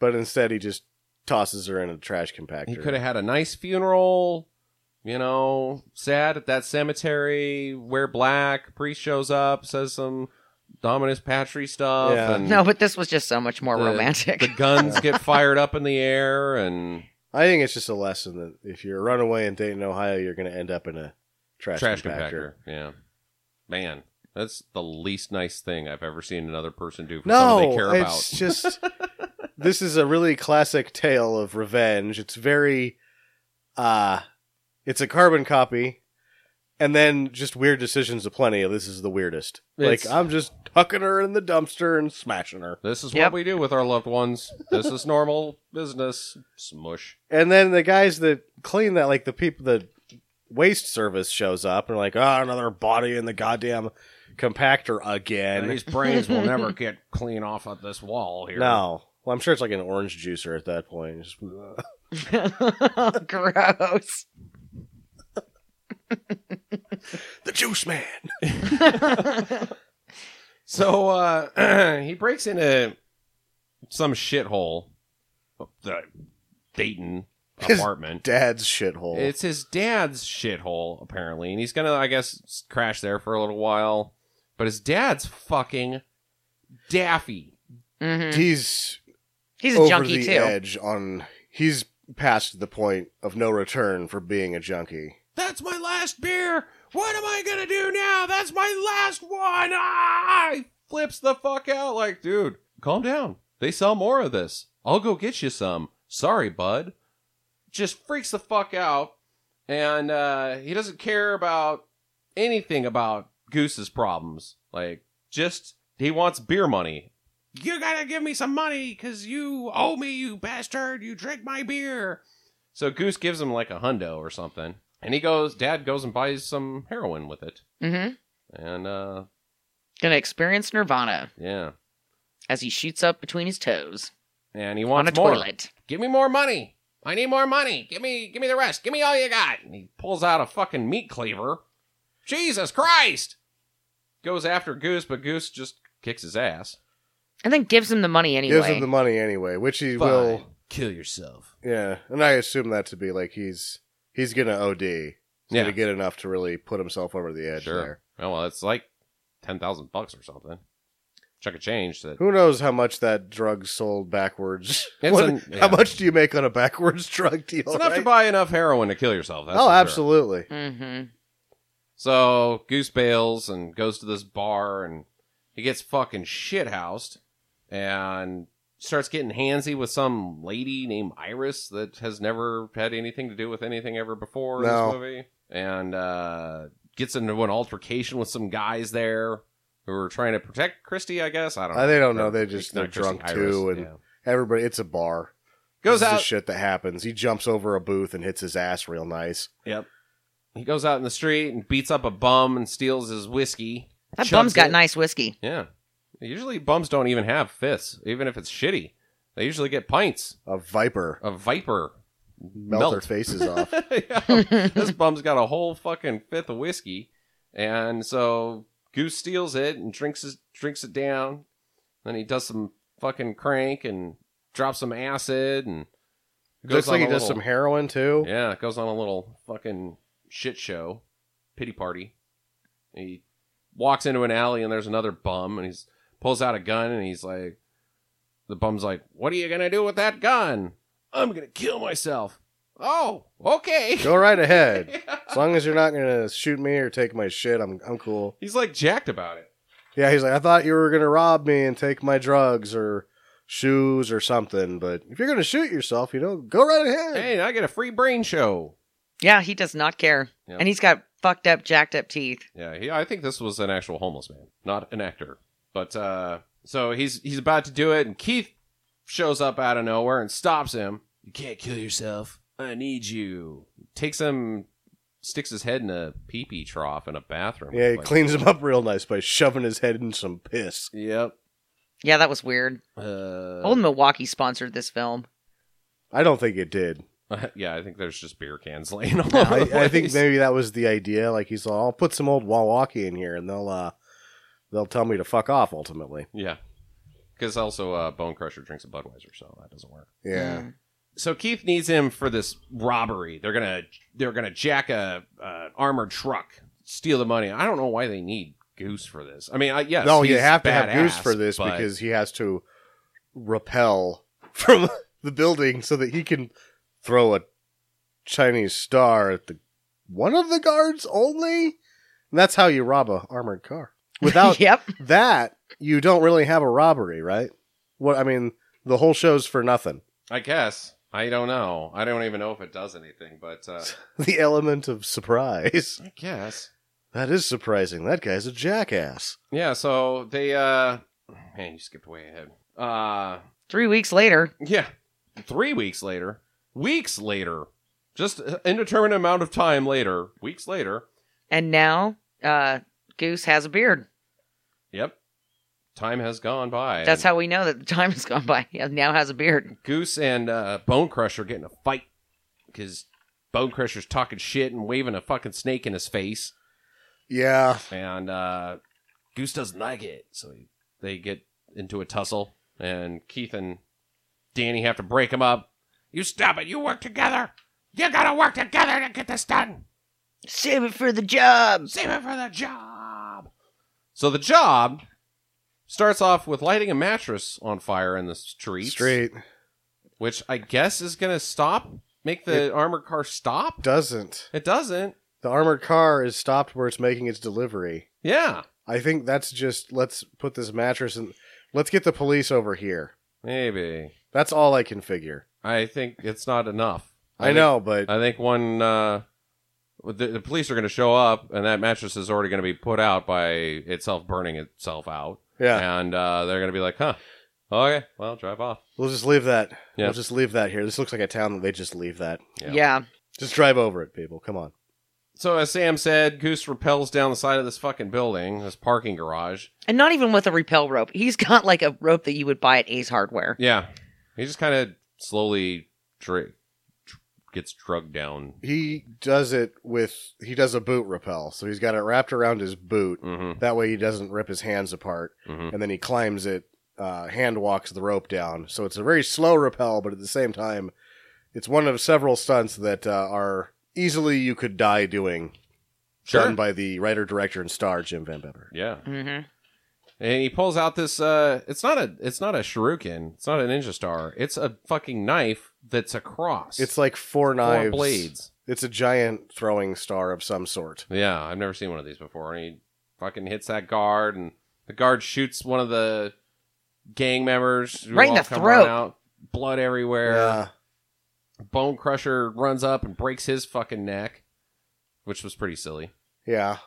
Speaker 4: but instead he just tosses her in a trash compactor.
Speaker 1: He could have had a nice funeral, you know, sad at that cemetery, wear black, priest shows up, says some Dominus Patri stuff,
Speaker 4: Yeah.
Speaker 1: and
Speaker 3: No, but this was just so much more
Speaker 1: The-
Speaker 3: romantic.
Speaker 1: the guns get fired up in the air, and
Speaker 4: I think it's just a lesson that if you're a runaway in Dayton, Ohio, you're going to end up in a trash,
Speaker 1: trash
Speaker 4: compactor.
Speaker 1: compactor. Yeah. Man, that's the least nice thing I've ever seen another person do for someone
Speaker 4: No,
Speaker 1: they care
Speaker 4: it's
Speaker 1: about.
Speaker 4: just this is a really classic tale of revenge. It's very, uh it's a carbon copy, and then just weird decisions aplenty. This is the weirdest.
Speaker 1: It's-
Speaker 4: like I'm just hucking her in the dumpster and smashing her,
Speaker 1: This is
Speaker 3: Yep.
Speaker 1: what we do with our loved ones. This is normal business. Smush.
Speaker 4: and then the guys that clean that, like the people, the waste service shows up and like, ah, another body in the goddamn compactor
Speaker 1: And
Speaker 4: again.
Speaker 1: these brains will never get clean off of this wall here.
Speaker 4: No. Well, I'm sure it's like an orange juicer at that point. Just,
Speaker 3: Gross.
Speaker 4: the juice man.
Speaker 1: So uh, he breaks into some shithole, uh, the Dayton
Speaker 4: His
Speaker 1: apartment.
Speaker 4: Dad's shithole.
Speaker 1: It's his dad's shithole apparently, and he's gonna, I guess, s- crash there for a little while. But his dad's fucking daffy.
Speaker 3: hmm
Speaker 4: he's
Speaker 3: He's a
Speaker 4: over
Speaker 3: junkie
Speaker 4: the
Speaker 3: too.
Speaker 4: edge on he's past the point of no return for being a junkie
Speaker 1: That's my last beer. What am I gonna do now? That's my last one. Ah! He flips the fuck out like, dude, calm down. They sell more of this. I'll go get you some. Sorry, bud. Just freaks the fuck out, and uh, he doesn't care about anything about Goose's problems. Like, just he wants beer money. You gotta give me some money because you owe me, you bastard. You drink my beer. So Goose gives him like a hundo or something, and he goes. Dad goes and buys some heroin with it,
Speaker 3: Mm-hmm.
Speaker 1: and uh,
Speaker 3: Gonna experience Nirvana
Speaker 1: yeah,
Speaker 3: as he shoots up between his toes
Speaker 1: and he
Speaker 3: on
Speaker 1: wants
Speaker 3: a
Speaker 1: more.
Speaker 3: toilet.
Speaker 1: Give me more money. I need more money. Give me, give me the rest. Give me all you got. And he pulls out a fucking meat cleaver. Jesus Christ! Goes after Goose, but Goose just kicks his ass.
Speaker 3: And then gives him the money anyway.
Speaker 4: Gives him the money anyway, which he will.
Speaker 1: kill yourself.
Speaker 4: Yeah, and I assume that to be like he's he's gonna OD. He's
Speaker 1: Yeah.
Speaker 4: gonna get enough to really put himself over the edge
Speaker 1: Sure.
Speaker 4: there.
Speaker 1: Oh, well, it's like ten thousand bucks or something. Chunk of change that
Speaker 4: Who knows how much that drug sold backwards?
Speaker 1: It's
Speaker 4: What-
Speaker 1: an- yeah.
Speaker 4: How much do you make on a backwards drug deal?
Speaker 1: it's enough to
Speaker 4: right?
Speaker 1: buy enough heroin to kill yourself. That's
Speaker 4: oh,
Speaker 1: for sure.
Speaker 4: absolutely.
Speaker 3: Mm-hmm.
Speaker 1: So Goose bails and goes to this bar and he gets fucking shithoused and starts getting handsy with some lady named Iris that has never had anything to do with anything ever before in
Speaker 4: No.
Speaker 1: this movie. And uh, gets into an altercation with some guys there who are trying to protect Christy, I guess. I don't
Speaker 4: Uh,
Speaker 1: know.
Speaker 4: they don't know.
Speaker 1: Or-
Speaker 4: They just-
Speaker 1: not
Speaker 4: they're drunk,
Speaker 1: Christy, Iris,
Speaker 4: too, and-
Speaker 1: yeah.
Speaker 4: Everybody, it's a bar.
Speaker 1: goes
Speaker 4: This is the
Speaker 1: out
Speaker 4: shit that happens. He jumps over a booth and hits his ass real nice.
Speaker 1: Yep. He goes out in the street and beats up a bum and steals his whiskey.
Speaker 3: That
Speaker 1: Chugs
Speaker 3: bum's got
Speaker 1: it.
Speaker 3: nice whiskey.
Speaker 1: Yeah. Usually bums don't even have fists, even if it's shitty. They usually get pints
Speaker 4: A viper
Speaker 1: of Viper.
Speaker 4: melt,
Speaker 1: Melt.
Speaker 4: their faces off.
Speaker 1: Yeah. this bum's got a whole fucking fifth of whiskey, and so Goose steals it and drinks his, drinks it down. Then he does some fucking crank and drops some acid and
Speaker 4: Looks like
Speaker 1: on
Speaker 4: he
Speaker 1: a
Speaker 4: does
Speaker 1: little-
Speaker 4: some heroin too.
Speaker 1: Yeah, it goes on a little fucking shit show, pity party. He walks into an alley and there's another bum, and he's pulls out a gun and he's like, the bum's like, "What are you gonna do with that gun? I'm gonna kill myself." Oh, okay.
Speaker 4: Go right ahead. As long as you're not gonna shoot me or take my shit, I'm I'm cool.
Speaker 1: He's like jacked about it.
Speaker 4: Yeah, he's like, I thought you were gonna rob me and take my drugs or shoes or something, but if you're gonna shoot yourself, you know, go right ahead.
Speaker 1: Hey, I get a free brain show.
Speaker 3: Yeah, he does not care.
Speaker 1: Yeah.
Speaker 3: And he's got fucked up, jacked up teeth.
Speaker 1: Yeah, he, I think this was an actual homeless man, not an actor. But uh, so he's he's about to do it, and Keith shows up out of nowhere and stops him. You can't kill yourself. I need you. Takes him, sticks his head in a pee pee trough in a bathroom.
Speaker 4: Yeah, he
Speaker 1: Like,
Speaker 4: cleans him up real nice by shoving his head in some piss.
Speaker 1: Yep.
Speaker 3: Yeah, that was weird.
Speaker 1: Uh,
Speaker 3: Old Milwaukee sponsored this film.
Speaker 4: I don't think it did.
Speaker 1: yeah, I think there's just beer cans laying all over
Speaker 4: I,
Speaker 1: the
Speaker 4: I think
Speaker 1: place.
Speaker 4: maybe that was the idea. Like he's like, I'll put some old Milwaukee in here, and they'll uh, they'll tell me to fuck off. Ultimately,
Speaker 1: Yeah, because also uh, Bone Crusher drinks a Budweiser, so that doesn't work.
Speaker 4: yeah.
Speaker 3: Mm.
Speaker 1: so Keith needs him for this robbery. They're gonna they're gonna jack a uh, armored truck, steal the money. I don't know why they need Goose for this. I mean, I, yes,
Speaker 4: no, you
Speaker 1: he's
Speaker 4: have to have
Speaker 1: badass,
Speaker 4: Goose for this
Speaker 1: but-
Speaker 4: because he has to repel from the building so that he can throw a Chinese star at the one of the guards only. And that's how you rob a armored car. Without
Speaker 3: yep.
Speaker 4: that, you don't really have a robbery, right? What I mean, the whole show's for nothing.
Speaker 1: I guess I don't know. I don't even know if it does anything, but uh,
Speaker 4: The element of surprise.
Speaker 1: I guess
Speaker 4: That is surprising. That guy's a jackass.
Speaker 1: yeah. So they uh, man, you skipped way ahead. Uh,
Speaker 3: Three weeks later,
Speaker 1: yeah, three weeks later, weeks later, just an indeterminate amount of time later, weeks later.
Speaker 3: and now uh, Goose has a beard.
Speaker 1: Yep, time has gone by.
Speaker 3: That's how we know that the time has gone by. He now has a beard.
Speaker 1: Goose and uh, Bone Crusher get in a fight because Bone Crusher's talking shit and waving a fucking snake in his face,
Speaker 4: Yeah.
Speaker 1: and uh, Goose doesn't like it, so he, they get into a tussle, and Keith and Danny have to break him up. You stop it! You work together. You gotta work together to get this done.
Speaker 3: Save it for the job.
Speaker 1: Save it for the job. So the job starts off with lighting a mattress on fire in the streets,
Speaker 4: Straight
Speaker 1: which I guess is gonna stop, make the armored car stop.
Speaker 4: doesn't.
Speaker 1: It doesn't.
Speaker 4: The armored car is stopped where it's making its delivery.
Speaker 1: Yeah.
Speaker 4: I think that's just let's put this mattress and let's get the police over here.
Speaker 1: Maybe.
Speaker 4: That's all I can figure.
Speaker 1: I think it's not enough.
Speaker 4: I, know, but
Speaker 1: I think one. Uh, the, the police are going to show up, and that mattress is already going to be put out by itself burning itself out.
Speaker 4: yeah,
Speaker 1: And uh, they're going to be like, huh, okay, well, drive off.
Speaker 4: we'll just leave that.
Speaker 1: Yeah.
Speaker 4: We'll just leave that here. This looks like a town that they just leave that.
Speaker 1: Yeah.
Speaker 3: Yeah.
Speaker 4: Just drive over it, people. Come on.
Speaker 1: So, as Sam said, Goose repels down the side of this fucking building, this parking garage.
Speaker 3: And not even with a repel rope. He's got like a rope that you would buy at Ace Hardware.
Speaker 1: Yeah. He just kind of slowly dra- dr- gets drugged down.
Speaker 4: He does it with he does a boot rappel, so he's got it wrapped around his boot.
Speaker 1: hmm
Speaker 4: That way, he doesn't rip his hands apart.
Speaker 1: hmm
Speaker 4: and then he climbs it, uh, hand walks the rope down. So it's a very slow rappel, but at the same time, it's one of several stunts that uh, are easily you could die doing,
Speaker 1: Sure.
Speaker 4: done by the writer, director, and star Jim Van Bever.
Speaker 1: Yeah.
Speaker 3: Mm-hmm.
Speaker 1: And he pulls out this uh it's not a it's not a shuriken, it's not a ninja star. It's a fucking knife that's a cross.
Speaker 4: It's like four
Speaker 1: four
Speaker 4: knives.
Speaker 1: blades.
Speaker 4: It's a giant throwing star of some sort.
Speaker 1: Yeah, I've never seen one of these before. And he fucking hits that guard and the guard shoots one of the gang members who
Speaker 3: Right in
Speaker 1: all
Speaker 3: the
Speaker 1: come running
Speaker 3: throat.
Speaker 1: out, blood everywhere.
Speaker 4: Yeah.
Speaker 1: Bone Crusher runs up and breaks his fucking neck, which was pretty silly.
Speaker 4: yeah.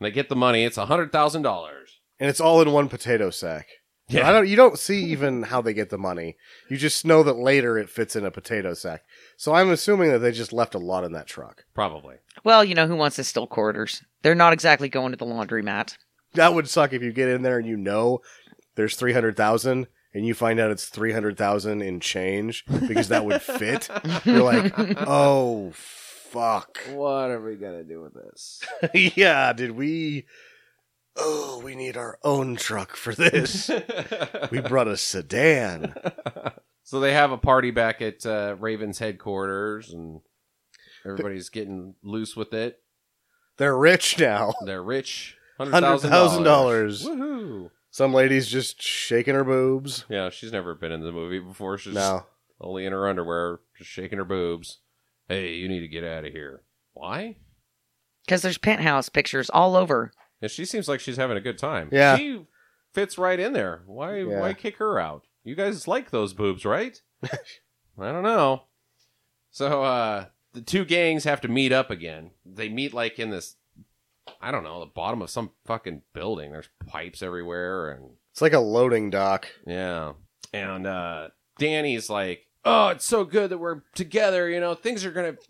Speaker 1: And they get the money. It's a hundred thousand dollars.
Speaker 4: And it's all in one potato sack.
Speaker 1: Yeah.
Speaker 4: I don't you don't see even how they get the money. You just know that later it fits in a potato sack. So I'm assuming that they just left a lot in that truck.
Speaker 1: Probably.
Speaker 3: Well, you know, who wants to steal quarters? They're not exactly going to the laundromat.
Speaker 4: that would suck if you get in there and you know there's 300,000 and you find out it's 300,000 in change because that would fit. You're like, "Oh fuck."
Speaker 1: What are we gonna do with this?
Speaker 4: yeah, did we Oh, we need our own truck for this. we brought a sedan.
Speaker 1: so they have a party back at uh, Raven's headquarters, and everybody's getting loose with it.
Speaker 4: They're rich now.
Speaker 1: They're rich. Hundred thousand
Speaker 4: $100,000.
Speaker 1: Woohoo!
Speaker 4: Some lady's just shaking her boobs.
Speaker 1: Yeah, she's never been in the movie before. She's
Speaker 4: No.
Speaker 1: only in her underwear, just shaking her boobs. Hey, you need to get out of here. Why?
Speaker 3: Because there's penthouse pictures all over.
Speaker 1: And she seems like she's having a good time.
Speaker 4: Yeah.
Speaker 1: She fits right in there. Why
Speaker 4: Yeah.
Speaker 1: why kick her out? You guys like those boobs, right? I don't know. So uh the two gangs have to meet up again. They meet like in this I don't know, the bottom of some fucking building. There's pipes everywhere and
Speaker 4: It's like a loading dock.
Speaker 1: yeah. And uh Danny's like, "Oh, it's so good that we're together, you know. Things are going to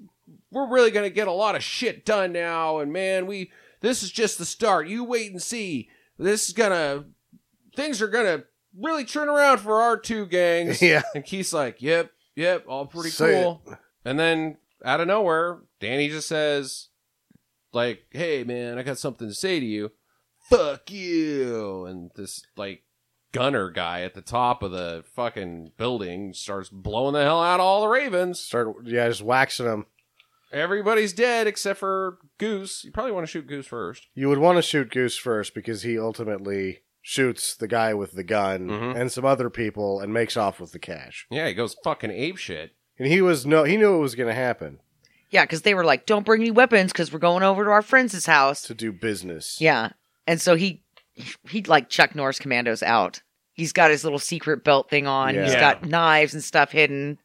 Speaker 1: we're really going to get a lot of shit done now and man, we this is just the start. You wait and see. This is going to things are going to really turn around for our two gangs."
Speaker 4: yeah.
Speaker 1: And Keith's like, "Yep, yep, all pretty
Speaker 4: Say
Speaker 1: cool." And then out of nowhere, Danny just says like, "Hey man, I got something to say to you." Fuck you. And this like gunner guy at the top of the fucking building starts blowing the hell out of all the ravens.
Speaker 4: Start yeah, just waxing them.
Speaker 1: Everybody's dead except for Goose. You probably want to shoot Goose 1st
Speaker 4: You would want to shoot Goose first because he ultimately shoots the guy with the gun
Speaker 1: Mhm.
Speaker 4: and some other people and makes off with the cash.
Speaker 1: Yeah, he goes fucking ape shit.
Speaker 4: And he was no he knew it was going to happen
Speaker 3: Yeah, because they were like, don't bring any weapons because we're going over to our friend's house.
Speaker 4: to do business.
Speaker 3: Yeah. And so he, he like Chuck Norris commandos out. He's got his little secret belt thing on. He's
Speaker 4: Yeah.
Speaker 3: got knives and stuff hidden.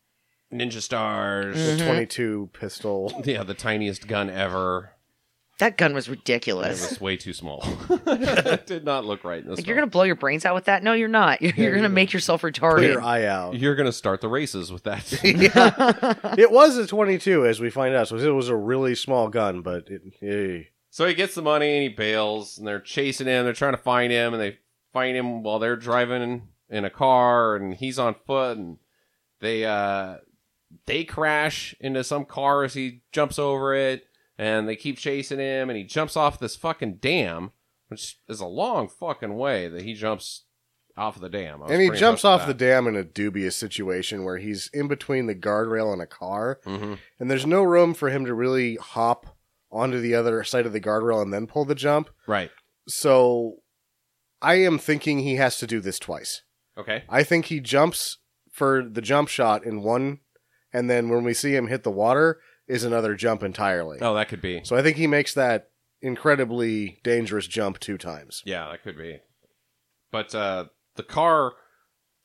Speaker 1: Ninja stars.
Speaker 4: The
Speaker 3: Mhm.
Speaker 4: 22 pistol.
Speaker 1: Yeah, the tiniest gun ever.
Speaker 3: That gun was
Speaker 1: It
Speaker 3: ridiculous.
Speaker 1: was way too small. it did not look right. In this
Speaker 3: Like, you're
Speaker 1: film.
Speaker 3: gonna blow your brains out with that? No, you're not. You're, you're
Speaker 4: you-
Speaker 3: gonna make yourself
Speaker 4: Put
Speaker 3: retarded.
Speaker 4: your eye out.
Speaker 1: you're gonna start the races with that.
Speaker 4: Yeah. it was a 22 as we find out. So it was a really small gun, but it, eh.
Speaker 1: So he gets the money and he bails, and they're chasing him. They're trying to find him, and they find him while they're driving in a car, and he's on foot, and they uh, they crash into some car as he jumps over it, and they keep chasing him, and he jumps off this fucking dam, which is a long fucking way that he jumps off of the dam. I was
Speaker 4: and he
Speaker 1: pretty
Speaker 4: jumps
Speaker 1: impressed
Speaker 4: off the
Speaker 1: with
Speaker 4: dam in a dubious situation where he's in between the guardrail and a car.
Speaker 1: that. Mhm.
Speaker 4: and there's no room for him to really hop onto the other side of the guardrail and then pull the jump.
Speaker 1: Right.
Speaker 4: So I am thinking he has to do this twice.
Speaker 1: Okay.
Speaker 4: I think he jumps for the jump shot in one, and then when we see him hit the water, is another jump entirely.
Speaker 1: Oh, that could be.
Speaker 4: So I think he makes that incredibly dangerous jump two times.
Speaker 1: Yeah, that could be. But uh, the car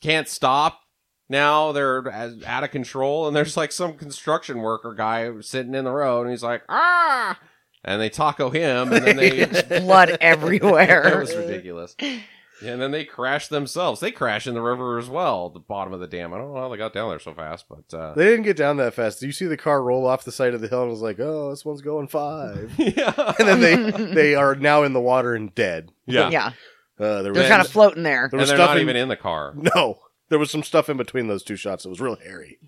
Speaker 1: can't stop. Now they're as- out of control, and there's like some construction worker guy sitting in the road, and he's like, ah! And they taco him, and then they.
Speaker 3: There's blood
Speaker 1: that
Speaker 3: everywhere.
Speaker 1: was ridiculous. And then they crash themselves. They crash in the river as well, the bottom of the dam. I don't know how they got down there so fast, but. Uh,
Speaker 4: They didn't get down that fast. You see the car roll off the side of the hill and was like, "Oh, this one's going five.
Speaker 1: yeah.
Speaker 4: and then they they are now in the water and dead.
Speaker 1: Yeah.
Speaker 3: yeah,
Speaker 4: Uh, there was
Speaker 3: they're kind of floating there.
Speaker 4: there
Speaker 1: And
Speaker 4: was
Speaker 1: they're
Speaker 4: stuff
Speaker 1: not
Speaker 4: in-
Speaker 1: even in the car.
Speaker 4: no. There was some stuff in between those two shots. that was real hairy.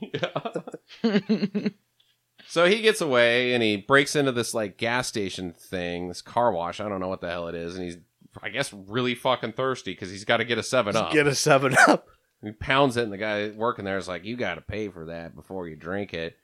Speaker 1: So he gets away and he breaks into this like gas station thing, this car wash. I don't know what the hell it is, and he's I guess really fucking thirsty because he's got to get a seven up.
Speaker 4: Get a seven up.
Speaker 1: he pounds it, and the guy working there is like, "You got to pay for that before you drink it."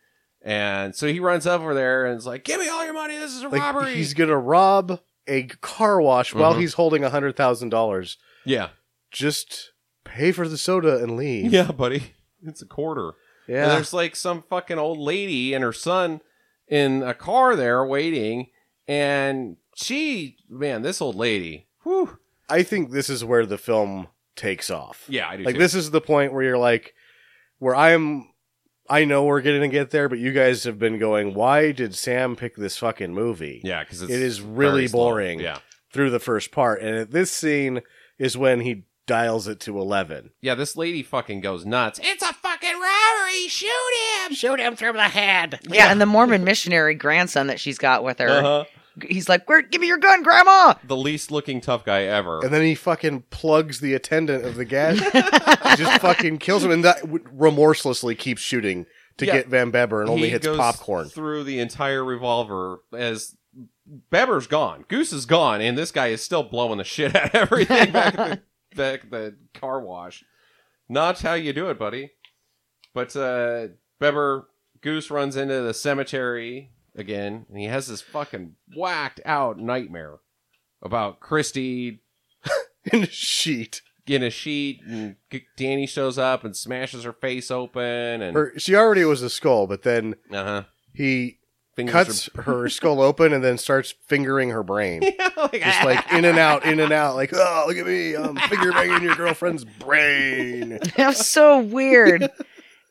Speaker 1: And so he runs over there and is like, "Give me all your money. This is a
Speaker 4: Like
Speaker 1: robbery."
Speaker 4: he's gonna rob a car wash while
Speaker 1: Mhm.
Speaker 4: he's holding a hundred thousand dollars.
Speaker 1: yeah,
Speaker 4: Just pay for the soda and leave.
Speaker 1: yeah, buddy. It's a quarter. And
Speaker 4: yeah.
Speaker 1: there's like some fucking old lady and her son in a car there waiting, and she, man, this old lady. Whew.
Speaker 4: I think this is where the film takes off.
Speaker 1: Yeah, I do.
Speaker 4: Like
Speaker 1: too.
Speaker 4: this is the point where you're like, where I'm, I know we're going to get there, but you guys have been going, why did Sam pick this fucking movie?
Speaker 1: Yeah, because
Speaker 4: It is really boring
Speaker 1: Yeah,
Speaker 4: through the first part, and at this scene is when he dials it to eleven.
Speaker 1: yeah. This lady fucking goes nuts. It's a fucking robbery. Shoot him.
Speaker 4: Shoot him through the head.
Speaker 3: Yeah, and the Mormon missionary grandson that she's got with her,
Speaker 1: Uh-huh.
Speaker 4: Uh-huh.
Speaker 3: he's like, "Where? Give me your gun, Grandma."
Speaker 1: The least looking tough guy ever.
Speaker 4: And then he fucking plugs the attendant of the gas, He just fucking kills him, and that w- remorselessly keeps shooting to
Speaker 1: Yeah.
Speaker 4: get Van Beber, and only
Speaker 1: He
Speaker 4: hits
Speaker 1: goes
Speaker 4: popcorn.
Speaker 1: through the entire revolver as Beber's gone, Goose is gone, and this guy is still blowing the shit out of everything back at the, back at the car wash. Not how you do it, buddy. But uh, Beber Goose runs into the cemetery again, and he has this fucking whacked out nightmare about Christie
Speaker 4: in a sheet.
Speaker 1: in a sheet, and G- Danny shows up and smashes her face open, and
Speaker 4: Her, she already was a skull, but then
Speaker 1: uh-huh,
Speaker 4: he
Speaker 1: fingers
Speaker 4: cuts her skull open and then starts fingering her brain.
Speaker 1: are- ah,
Speaker 4: Just like in and out, in and out, like, oh, look at me, I'm finger banging your girlfriend's brain.
Speaker 3: That was so weird.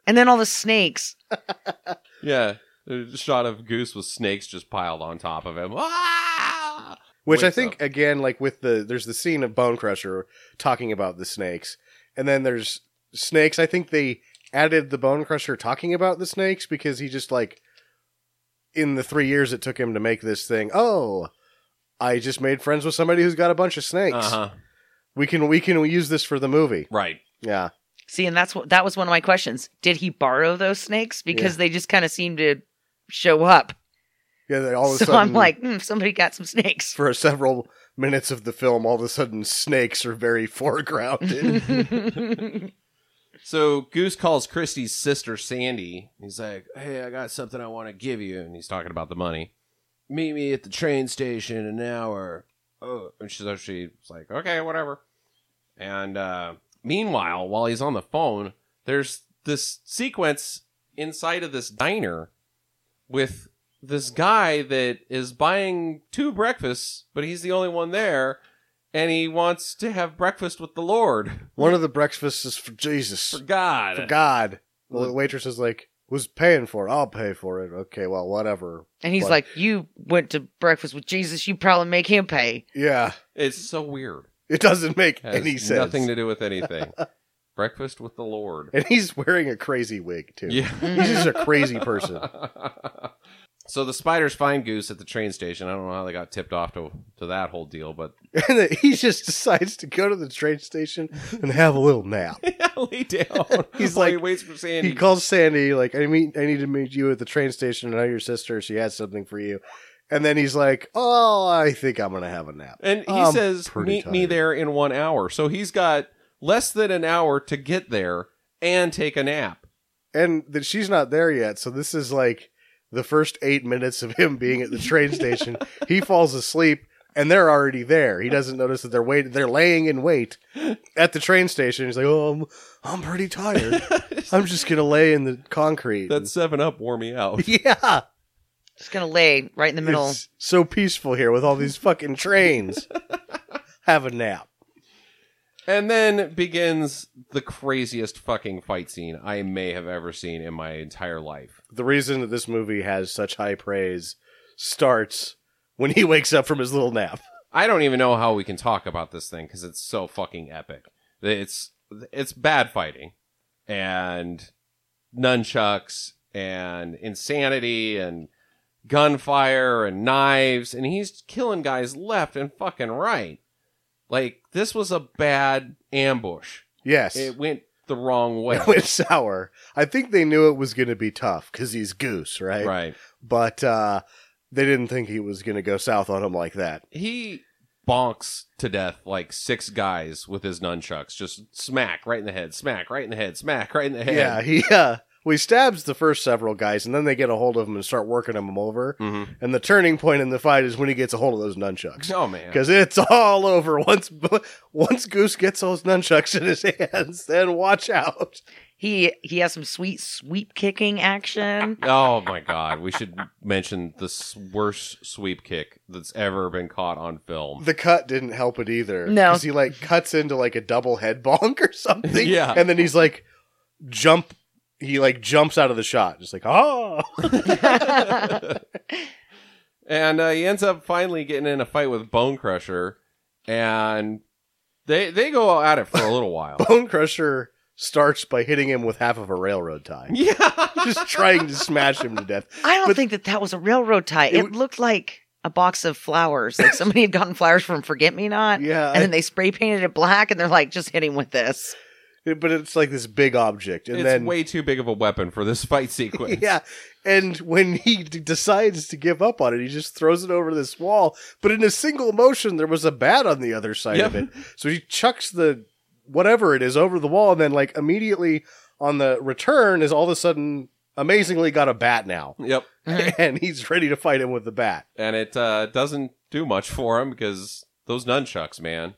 Speaker 3: and then all the snakes.
Speaker 1: yeah, a shot of Goose with snakes just piled on top of him. Ah!
Speaker 4: Which I
Speaker 1: Wakes
Speaker 4: think,
Speaker 1: up.
Speaker 4: again, like with the, there's the scene of Bone Crusher talking about the snakes, and then there's snakes. I think they added the Bone Crusher talking about the snakes because he just, like, in the three years it took him to make this thing, oh, I just made friends with somebody who's got a bunch of snakes.
Speaker 1: Uh-huh.
Speaker 4: We can we can use this for the movie.
Speaker 1: Right.
Speaker 4: Yeah.
Speaker 3: See, and that's what that was one of my questions. Did he borrow those snakes? Because they just kind of seemed to show up.
Speaker 4: Yeah, they all of a
Speaker 3: so
Speaker 4: sudden,
Speaker 3: I'm like, hmm, somebody got some snakes.
Speaker 4: for several minutes of the film, all of a sudden snakes are very foregrounded.
Speaker 1: So Goose calls Christie's sister Sandy. He's like, "Hey, I got something I want to give you," and he's talking about the money. Meet me at the train station in an hour. Oh, and she's so she's like, "Okay, whatever." And uh, meanwhile, while he's on the phone, there's this sequence inside of this diner with this guy that is buying two breakfasts, but he's the only one there, and he wants to have breakfast with the Lord
Speaker 4: One of the breakfasts is for Jesus,
Speaker 1: for God.
Speaker 4: for God. The waitress is like, "Who's paying for it? I'll pay for it." Okay, well, whatever.
Speaker 3: and he's
Speaker 4: What?
Speaker 3: like, You went to breakfast with Jesus, you probably make him pay.
Speaker 4: Yeah,
Speaker 1: It's so weird.
Speaker 4: it doesn't make
Speaker 1: Has
Speaker 4: any sense.
Speaker 1: nothing to do with anything. Breakfast with the Lord.
Speaker 4: and he's wearing a crazy wig too.
Speaker 1: Yeah.
Speaker 4: He's just a crazy person.
Speaker 1: so the spiders find Goose at the train station. I don't know how they got tipped off to, to that whole deal, but
Speaker 4: And then he just decides to go to the train station and have a little nap.
Speaker 1: lay down.
Speaker 4: He's
Speaker 1: While he
Speaker 4: like-
Speaker 1: waits for Sandy.
Speaker 4: He calls Sandy, like, I mean I need to meet you at the train station. I know your sister, she has something for you. And then he's like, Oh, I think I'm gonna have a nap.
Speaker 1: and he
Speaker 4: I'm
Speaker 1: says,
Speaker 4: pretty
Speaker 1: "Meet me
Speaker 4: tired."
Speaker 1: there in one hour." So he's got less than an hour to get there and take a nap.
Speaker 4: and that she's not there yet. So this is like the first eight minutes of him being at the train station. he falls asleep, and they're already there. He doesn't notice that they're waiting. They're laying in wait at the train station. He's like, "Oh, I'm, I'm pretty tired. I'm just gonna lay in the concrete."
Speaker 1: That Seven Up wore me out.
Speaker 4: yeah.
Speaker 3: Just gonna lay right in the middle.
Speaker 4: It's so peaceful here with all these fucking trains. Have a nap.
Speaker 1: And then begins the craziest fucking fight scene I may have ever seen in my entire life.
Speaker 4: The reason that this movie has such high praise starts when he wakes up from his little nap.
Speaker 1: I don't even know how we can talk about this thing because it's so fucking epic. It's it's bad fighting and nunchucks and insanity and gunfire and knives and he's killing guys left and fucking right. Like this was a bad ambush.
Speaker 4: Yes.
Speaker 1: It went the wrong way.
Speaker 4: It went sour. I think they knew it was going to be tough because he's Goose, right?
Speaker 1: right.
Speaker 4: But uh, they didn't think he was going to go south on him like that.
Speaker 1: He bonks to death like six guys with his nunchucks. Just smack right in the head, smack right in the head, smack right in the head.
Speaker 4: Yeah, he uh, well, he stabs the first several guys, and then they get a hold of him and start working him over.
Speaker 1: Mhm.
Speaker 4: And the turning point in the fight is when he gets a hold of those nunchucks.
Speaker 1: Oh man.
Speaker 4: Because it's all over once. Once Goose gets those nunchucks in his hands, then watch out.
Speaker 3: He he has some sweet sweep kicking action.
Speaker 1: Oh my god. We should mention the s- worst sweep kick that's ever been caught on film.
Speaker 4: The cut didn't help it either.
Speaker 3: No.
Speaker 4: because he like cuts into like a double head bonk or something.
Speaker 1: Yeah.
Speaker 4: and then he's like jump. He like jumps out of the shot, just like oh.
Speaker 1: and uh, he ends up finally getting in a fight with Bone Crusher, and they they go at it for a little while.
Speaker 4: Bone Crusher starts by hitting him with half of a railroad tie,
Speaker 1: yeah,
Speaker 4: just trying to smash him to death.
Speaker 3: I don't
Speaker 4: But-
Speaker 3: think that that was a railroad tie. It,
Speaker 4: It w-
Speaker 3: looked like a box of flowers. Like somebody had gotten flowers from Forget Me Not,
Speaker 4: Yeah,
Speaker 3: and then they spray painted it black, and they're like, just hit him with this.
Speaker 4: I- but it's like this big object, and
Speaker 1: it's
Speaker 4: then
Speaker 1: way too big of a weapon for this fight sequence.
Speaker 4: yeah, and when he d- decides to give up on it, he just throws it over this wall. But in a single motion, there was a bat on the other side of
Speaker 1: Yep.
Speaker 4: it, so he chucks the whatever it is over the wall, and then like immediately on the return is all of a sudden amazingly got a bat now,
Speaker 1: Yep,
Speaker 4: and he's ready to fight him with the bat.
Speaker 1: and it uh, doesn't do much for him because those nunchucks, man.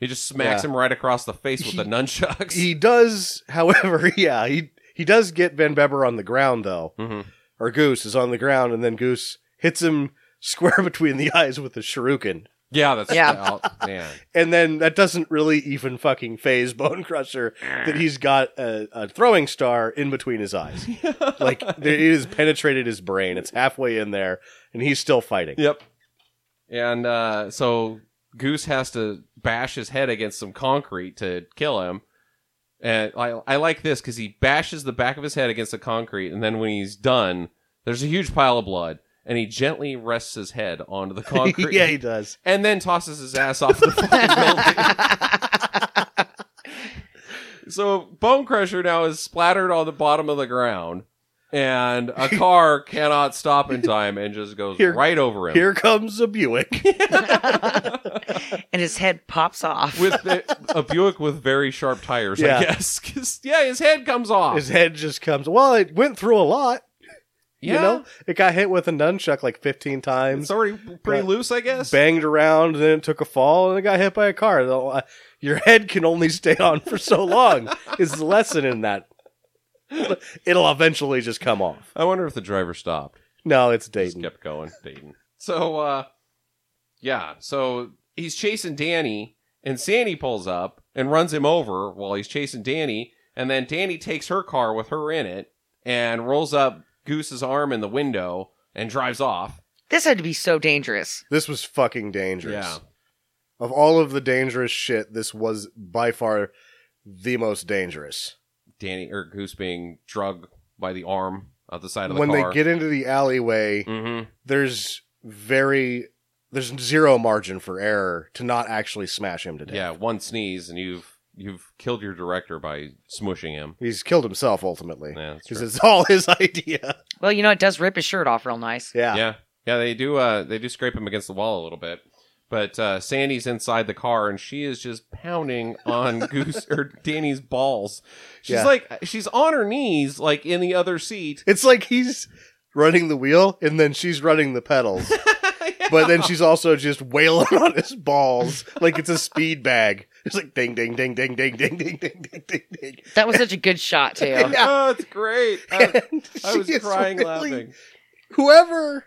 Speaker 1: He just smacks
Speaker 4: Yeah.
Speaker 1: him right across the face with
Speaker 4: He-
Speaker 1: the nunchucks.
Speaker 4: He does, however, yeah, he he does get Van Beber on the ground though,
Speaker 1: Mhm.
Speaker 4: or Goose is on the ground, and then Goose hits him square between the eyes with the shuriken,
Speaker 1: yeah, that's
Speaker 3: Yeah.
Speaker 1: oh, man.
Speaker 4: and then that doesn't really even fucking phase Bone Crusher that he's got a, a throwing star in between his eyes, like there, it has penetrated his brain. It's halfway in there, and he's still fighting.
Speaker 1: Yep. And uh, so Goose has to bash his head against some concrete to kill him. And I, I like this because he bashes the back of his head against the concrete, and then when he's done, there's a huge pile of blood, and he gently rests his head onto the concrete.
Speaker 4: yeah, he does.
Speaker 1: And then tosses his ass off the fucking building. so Bone Crusher now is splattered on the bottom of the ground, and a car cannot stop in time and just goes
Speaker 4: Here-
Speaker 1: right over him.
Speaker 4: Here comes a Buick.
Speaker 3: And his head pops off.
Speaker 1: with the, a Buick with very sharp tires, I
Speaker 4: Yeah.
Speaker 1: guess. 'Cause, yeah, his head comes off.
Speaker 4: His head just comes. Well, it went through a lot.
Speaker 1: yeah,
Speaker 4: You know, it got hit with a nunchuck like 15 times,
Speaker 1: it's already pretty
Speaker 4: Got
Speaker 1: loose, I guess.
Speaker 4: banged around, then it took a fall, and it got hit by a car. The- uh, Your head can only stay on for so long, is the lesson in that. It'll eventually just come off.
Speaker 1: I wonder if the driver stopped.
Speaker 4: No, it's
Speaker 1: Just
Speaker 4: Dayton.
Speaker 1: kept going, Dayton. So, uh, yeah, so he's chasing Danny, and Sandy pulls up and runs him over while he's chasing Danny, and then Danny takes her car with her in it and rolls up Goose's arm in the window and drives off.
Speaker 3: this had to be so dangerous.
Speaker 4: This was fucking dangerous.
Speaker 1: Yeah.
Speaker 4: Of all of the dangerous shit, this was by far the most dangerous.
Speaker 1: Danny or Goose being drugged by the arm out the side of the
Speaker 4: When
Speaker 1: car.
Speaker 4: they get into the alleyway,
Speaker 1: Mhm.
Speaker 4: there's very there's zero margin for error to not actually smash him to death.
Speaker 1: Yeah, one sneeze and you've you've killed your director by smushing him.
Speaker 4: He's killed himself ultimately.
Speaker 1: Yeah, that's
Speaker 4: Because
Speaker 1: true.
Speaker 4: it's all his idea.
Speaker 3: Well, you know, it does rip his shirt off real nice.
Speaker 4: Yeah.
Speaker 1: yeah. yeah, They do uh they do scrape him against the wall a little bit, but uh, Sandy's inside the car and she is just pounding on Goose or Danny's balls. She's
Speaker 4: Yeah.
Speaker 1: like she's on her knees like in the other seat.
Speaker 4: It's like he's running the wheel and then she's running the pedals. But then she's also just wailing on his balls like it's a speed bag. It's like ding ding ding ding ding ding ding ding ding ding ding.
Speaker 3: That was such a good shot, too.
Speaker 1: Oh, it's great. I, I was
Speaker 4: She is
Speaker 1: crying
Speaker 4: really-
Speaker 1: laughing.
Speaker 4: whoever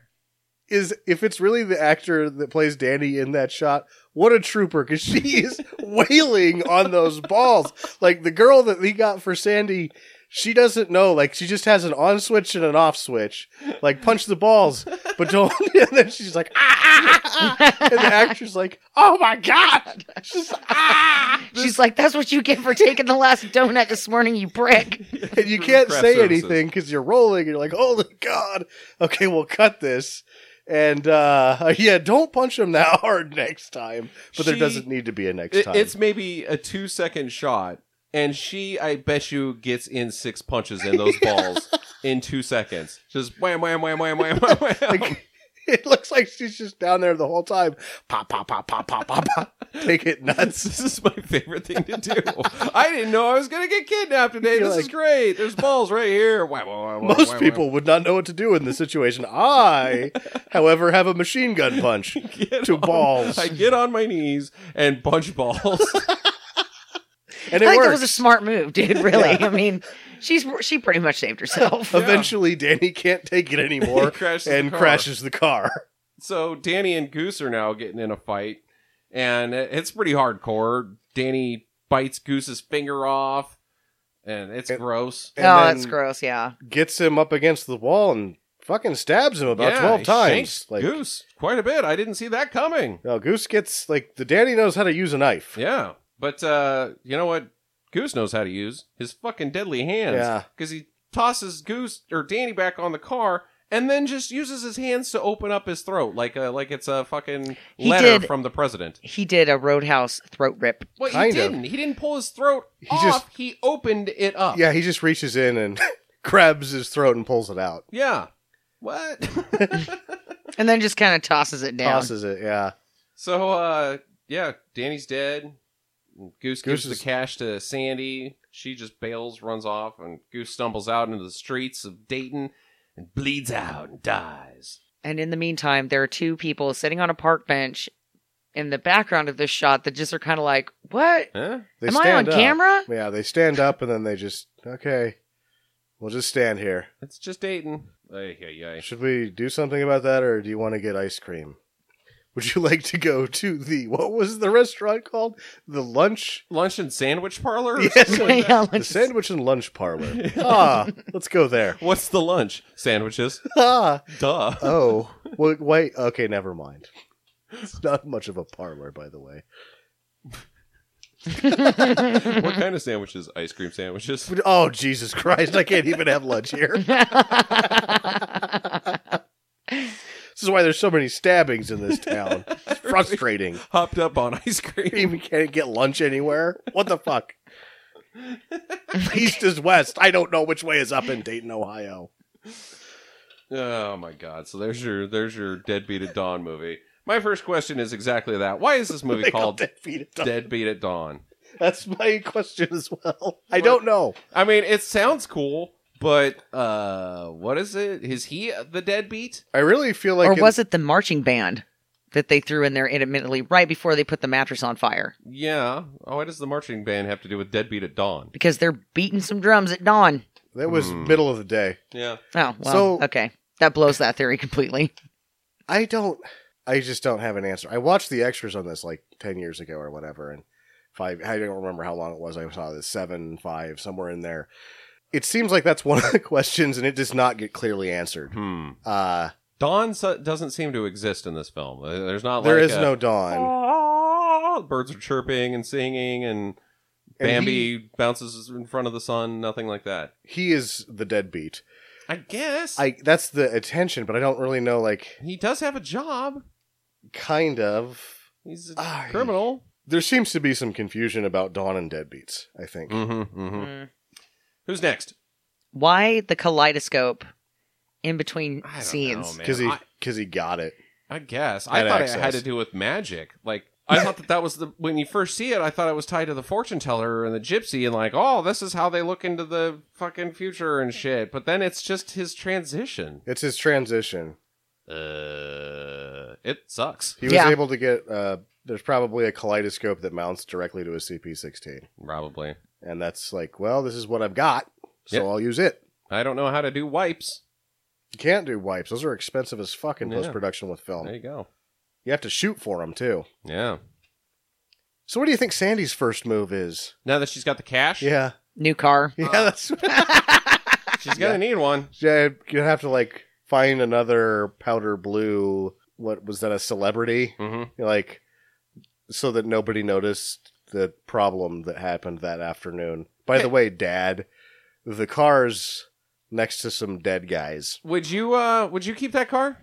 Speaker 4: is if it's really the actor that plays Danny in that shot, what a trooper because she is wailing on those balls. Like the girl that he got for Sandy, she doesn't know. Like she just has an on switch and an off switch. Like punch the balls, but don't. And then she's like, ah, ah, ah, ah. and the actor's like, oh my god, she's ah.
Speaker 3: She's like, that's what you get for taking the last donut this morning, you prick.
Speaker 4: and you can't
Speaker 1: Craft
Speaker 4: say
Speaker 1: services.
Speaker 4: anything because you're rolling. And you're like, holy god, okay, we'll cut this. And uh, yeah, don't punch him that hard next time. But there
Speaker 1: She-
Speaker 4: doesn't need to be a next
Speaker 1: It-
Speaker 4: time.
Speaker 1: it's maybe a two second shot, and she, I bet you, gets in six punches in those balls in two seconds. Just wham, wham, wham, wham, wham, wham. wham.
Speaker 4: Like, it looks like she's just down there the whole time. Pop, pop, pop, pop, pop, pop, pop. Take it nuts.
Speaker 1: This is my favorite thing to do. I didn't know I was going to get kidnapped today.
Speaker 4: You're
Speaker 1: this is
Speaker 4: like-
Speaker 1: great. There's balls right here. Wham, wham, wham, wham,
Speaker 4: Most
Speaker 1: wham,
Speaker 4: people would not know what to do in this situation. I, however, have a machine gun punch
Speaker 1: wham. Get
Speaker 4: to
Speaker 1: on-
Speaker 4: balls,
Speaker 1: I get on my knees and punch balls.
Speaker 4: and
Speaker 3: I
Speaker 4: it
Speaker 3: think
Speaker 4: works.
Speaker 3: that was a smart move, dude. Really, I mean, she's she pretty much saved herself.
Speaker 4: Eventually, Danny can't take it anymore
Speaker 1: He crashes the
Speaker 4: and
Speaker 1: car.
Speaker 4: crashes the car.
Speaker 1: so Danny and Goose are now getting in a fight, and it- it's pretty hardcore. Danny bites Goose's finger off, and it's
Speaker 4: It-
Speaker 1: gross.
Speaker 3: oh,
Speaker 4: And
Speaker 3: that's
Speaker 4: then
Speaker 3: gross. Yeah,
Speaker 4: Gets him up against the wall and fucking stabs him about
Speaker 1: Yeah,
Speaker 4: twelve
Speaker 1: he
Speaker 4: times.
Speaker 1: shanks
Speaker 4: Like,
Speaker 1: Goose quite a bit. I didn't see that coming.
Speaker 4: no, Goose gets like the Danny knows how to use a knife.
Speaker 1: Yeah, but uh, you know what? Goose knows how to use his fucking deadly hands.
Speaker 4: Yeah.
Speaker 1: because he tosses Goose or Danny back on the car. And then just uses his hands to open up his throat, like a, like it's a fucking
Speaker 3: He
Speaker 1: letter
Speaker 3: did-
Speaker 1: from the president.
Speaker 3: he did a roadhouse throat rip.
Speaker 1: Well, he
Speaker 4: Kind of.
Speaker 1: didn't. He didn't pull his throat
Speaker 4: He
Speaker 1: off.
Speaker 4: just-
Speaker 1: He opened it up.
Speaker 4: Yeah, he just reaches in and grabs his throat and pulls it out.
Speaker 1: Yeah. What?
Speaker 3: and then just kind of tosses it down.
Speaker 4: Tosses it. Yeah.
Speaker 1: so uh yeah, Danny's dead. Goose,
Speaker 4: Goose
Speaker 1: gives
Speaker 4: is-
Speaker 1: the cash to Sandy. She just bails, runs off, and Goose stumbles out into the streets of Dayton and bleeds out and dies.
Speaker 3: And in the meantime, there are two people sitting on a park bench in the background of this shot that just are kind of like, "What?
Speaker 1: Huh?
Speaker 4: They
Speaker 3: Am I on
Speaker 4: up.
Speaker 3: camera?"
Speaker 4: Yeah, they stand up and then they just okay. We'll just stand here.
Speaker 1: It's just Dayton. Ay, ay, ay.
Speaker 4: Should we do something about that, or do you want to get ice cream? Would you like to go to the what was the restaurant called? The lunch,
Speaker 1: Lunch and sandwich parlor? or
Speaker 4: Yes.
Speaker 1: something like that?
Speaker 3: Yeah,
Speaker 4: the
Speaker 3: let's-
Speaker 4: sandwich and lunch parlor. ah, let's go there.
Speaker 1: What's the lunch? Sandwiches.
Speaker 4: Ah,
Speaker 1: Duh.
Speaker 4: oh, well, wait. Okay, never mind. It's not much of a parlor, by the way.
Speaker 1: what kind of sandwiches? Ice cream sandwiches.
Speaker 4: But- Oh Jesus Christ! I can't even have lunch here. This is why there's so many stabbings in this town. It's frustrating.
Speaker 1: Hopped up on ice cream.
Speaker 4: even can't get lunch anywhere. What the fuck? East is west. I don't know which way is up in Dayton, Ohio.
Speaker 1: Oh my god! So there's your there's your Deadbeat at Dawn movie. My first question is exactly that. Why is this movie
Speaker 4: They call
Speaker 1: called
Speaker 4: Dead Feet at Dawn.
Speaker 1: Deadbeat at Dawn?
Speaker 4: That's my question as well. I don't know.
Speaker 1: I mean, it sounds cool, but uh, what is it? Is he the Deadbeat?
Speaker 4: I really feel like
Speaker 3: or was it the marching band that they threw in there intermittently right before they put the mattress on fire
Speaker 1: Yeah. Oh, why does the marching band have to do with Deadbeat at Dawn?
Speaker 3: because they're beating some drums at dawn?
Speaker 4: that was
Speaker 1: Hmm.
Speaker 4: middle of the day.
Speaker 1: Yeah.
Speaker 3: Oh, well,
Speaker 4: So-
Speaker 3: okay, that blows that theory completely.
Speaker 4: I don't. I just don't have an answer. I watched the extras on this like ten years ago or whatever, and five. I don't remember how long it was. I saw this seven, five, somewhere in there. It seems like that's one of the questions, and it does not get clearly answered.
Speaker 1: Hmm.
Speaker 4: Uh,
Speaker 1: Dawn so- doesn't seem to exist in this film. Uh, There's not
Speaker 4: there
Speaker 1: like
Speaker 4: is
Speaker 1: a,
Speaker 4: no dawn.
Speaker 1: "Ah," birds are chirping and singing and.
Speaker 4: And
Speaker 1: Bambi
Speaker 4: he-
Speaker 1: bounces in front of the sun, nothing like that.
Speaker 4: he is the deadbeat.
Speaker 1: I guess
Speaker 4: I that's the attention, but I don't really know. Like,
Speaker 1: he does have a job.
Speaker 4: kind of.
Speaker 1: He's a
Speaker 4: Ah,
Speaker 1: criminal.
Speaker 4: There seems to be some confusion about Dawn and deadbeats. I think
Speaker 1: Mm-hmm,
Speaker 4: Hmm.
Speaker 1: Who's next?
Speaker 3: Why the kaleidoscope in between
Speaker 1: I don't
Speaker 3: scenes?
Speaker 1: know, man.
Speaker 4: because he
Speaker 1: I,
Speaker 4: because he got it.
Speaker 1: I guess I
Speaker 4: Had
Speaker 1: thought it
Speaker 4: access.
Speaker 1: had to do with magic. Like I thought that that was the when you first see it, I thought it was tied to the fortune teller and the gypsy, and like, oh, this is how they look into the fucking future and shit. But then it's just his transition.
Speaker 4: It's his transition.
Speaker 1: Uh, it sucks.
Speaker 4: He was
Speaker 3: Yeah.
Speaker 4: able to get. Uh, there's probably a kaleidoscope that mounts directly to his CP16,
Speaker 1: Probably.
Speaker 4: and that's like, well, this is what I've got, so
Speaker 1: Yep.
Speaker 4: I'll use it.
Speaker 1: I don't know how to do wipes.
Speaker 4: You can't do wipes. Those are expensive as fuck in
Speaker 1: Yeah.
Speaker 4: post production with film.
Speaker 1: There you go.
Speaker 4: You have to shoot for them too.
Speaker 1: Yeah.
Speaker 4: So what do you think Sandy's first move is?
Speaker 1: Now that she's got the cash,
Speaker 4: Yeah,
Speaker 3: New car.
Speaker 4: yeah, that's
Speaker 1: she's gonna need one.
Speaker 4: yeah. You'd have to like find another powder blue. What was that? A celebrity?
Speaker 1: Mm-hmm.
Speaker 4: Like so that nobody noticed the problem that happened that afternoon. By the way, Dad, the car's next to some dead guys.
Speaker 1: Would you uh would you keep that car?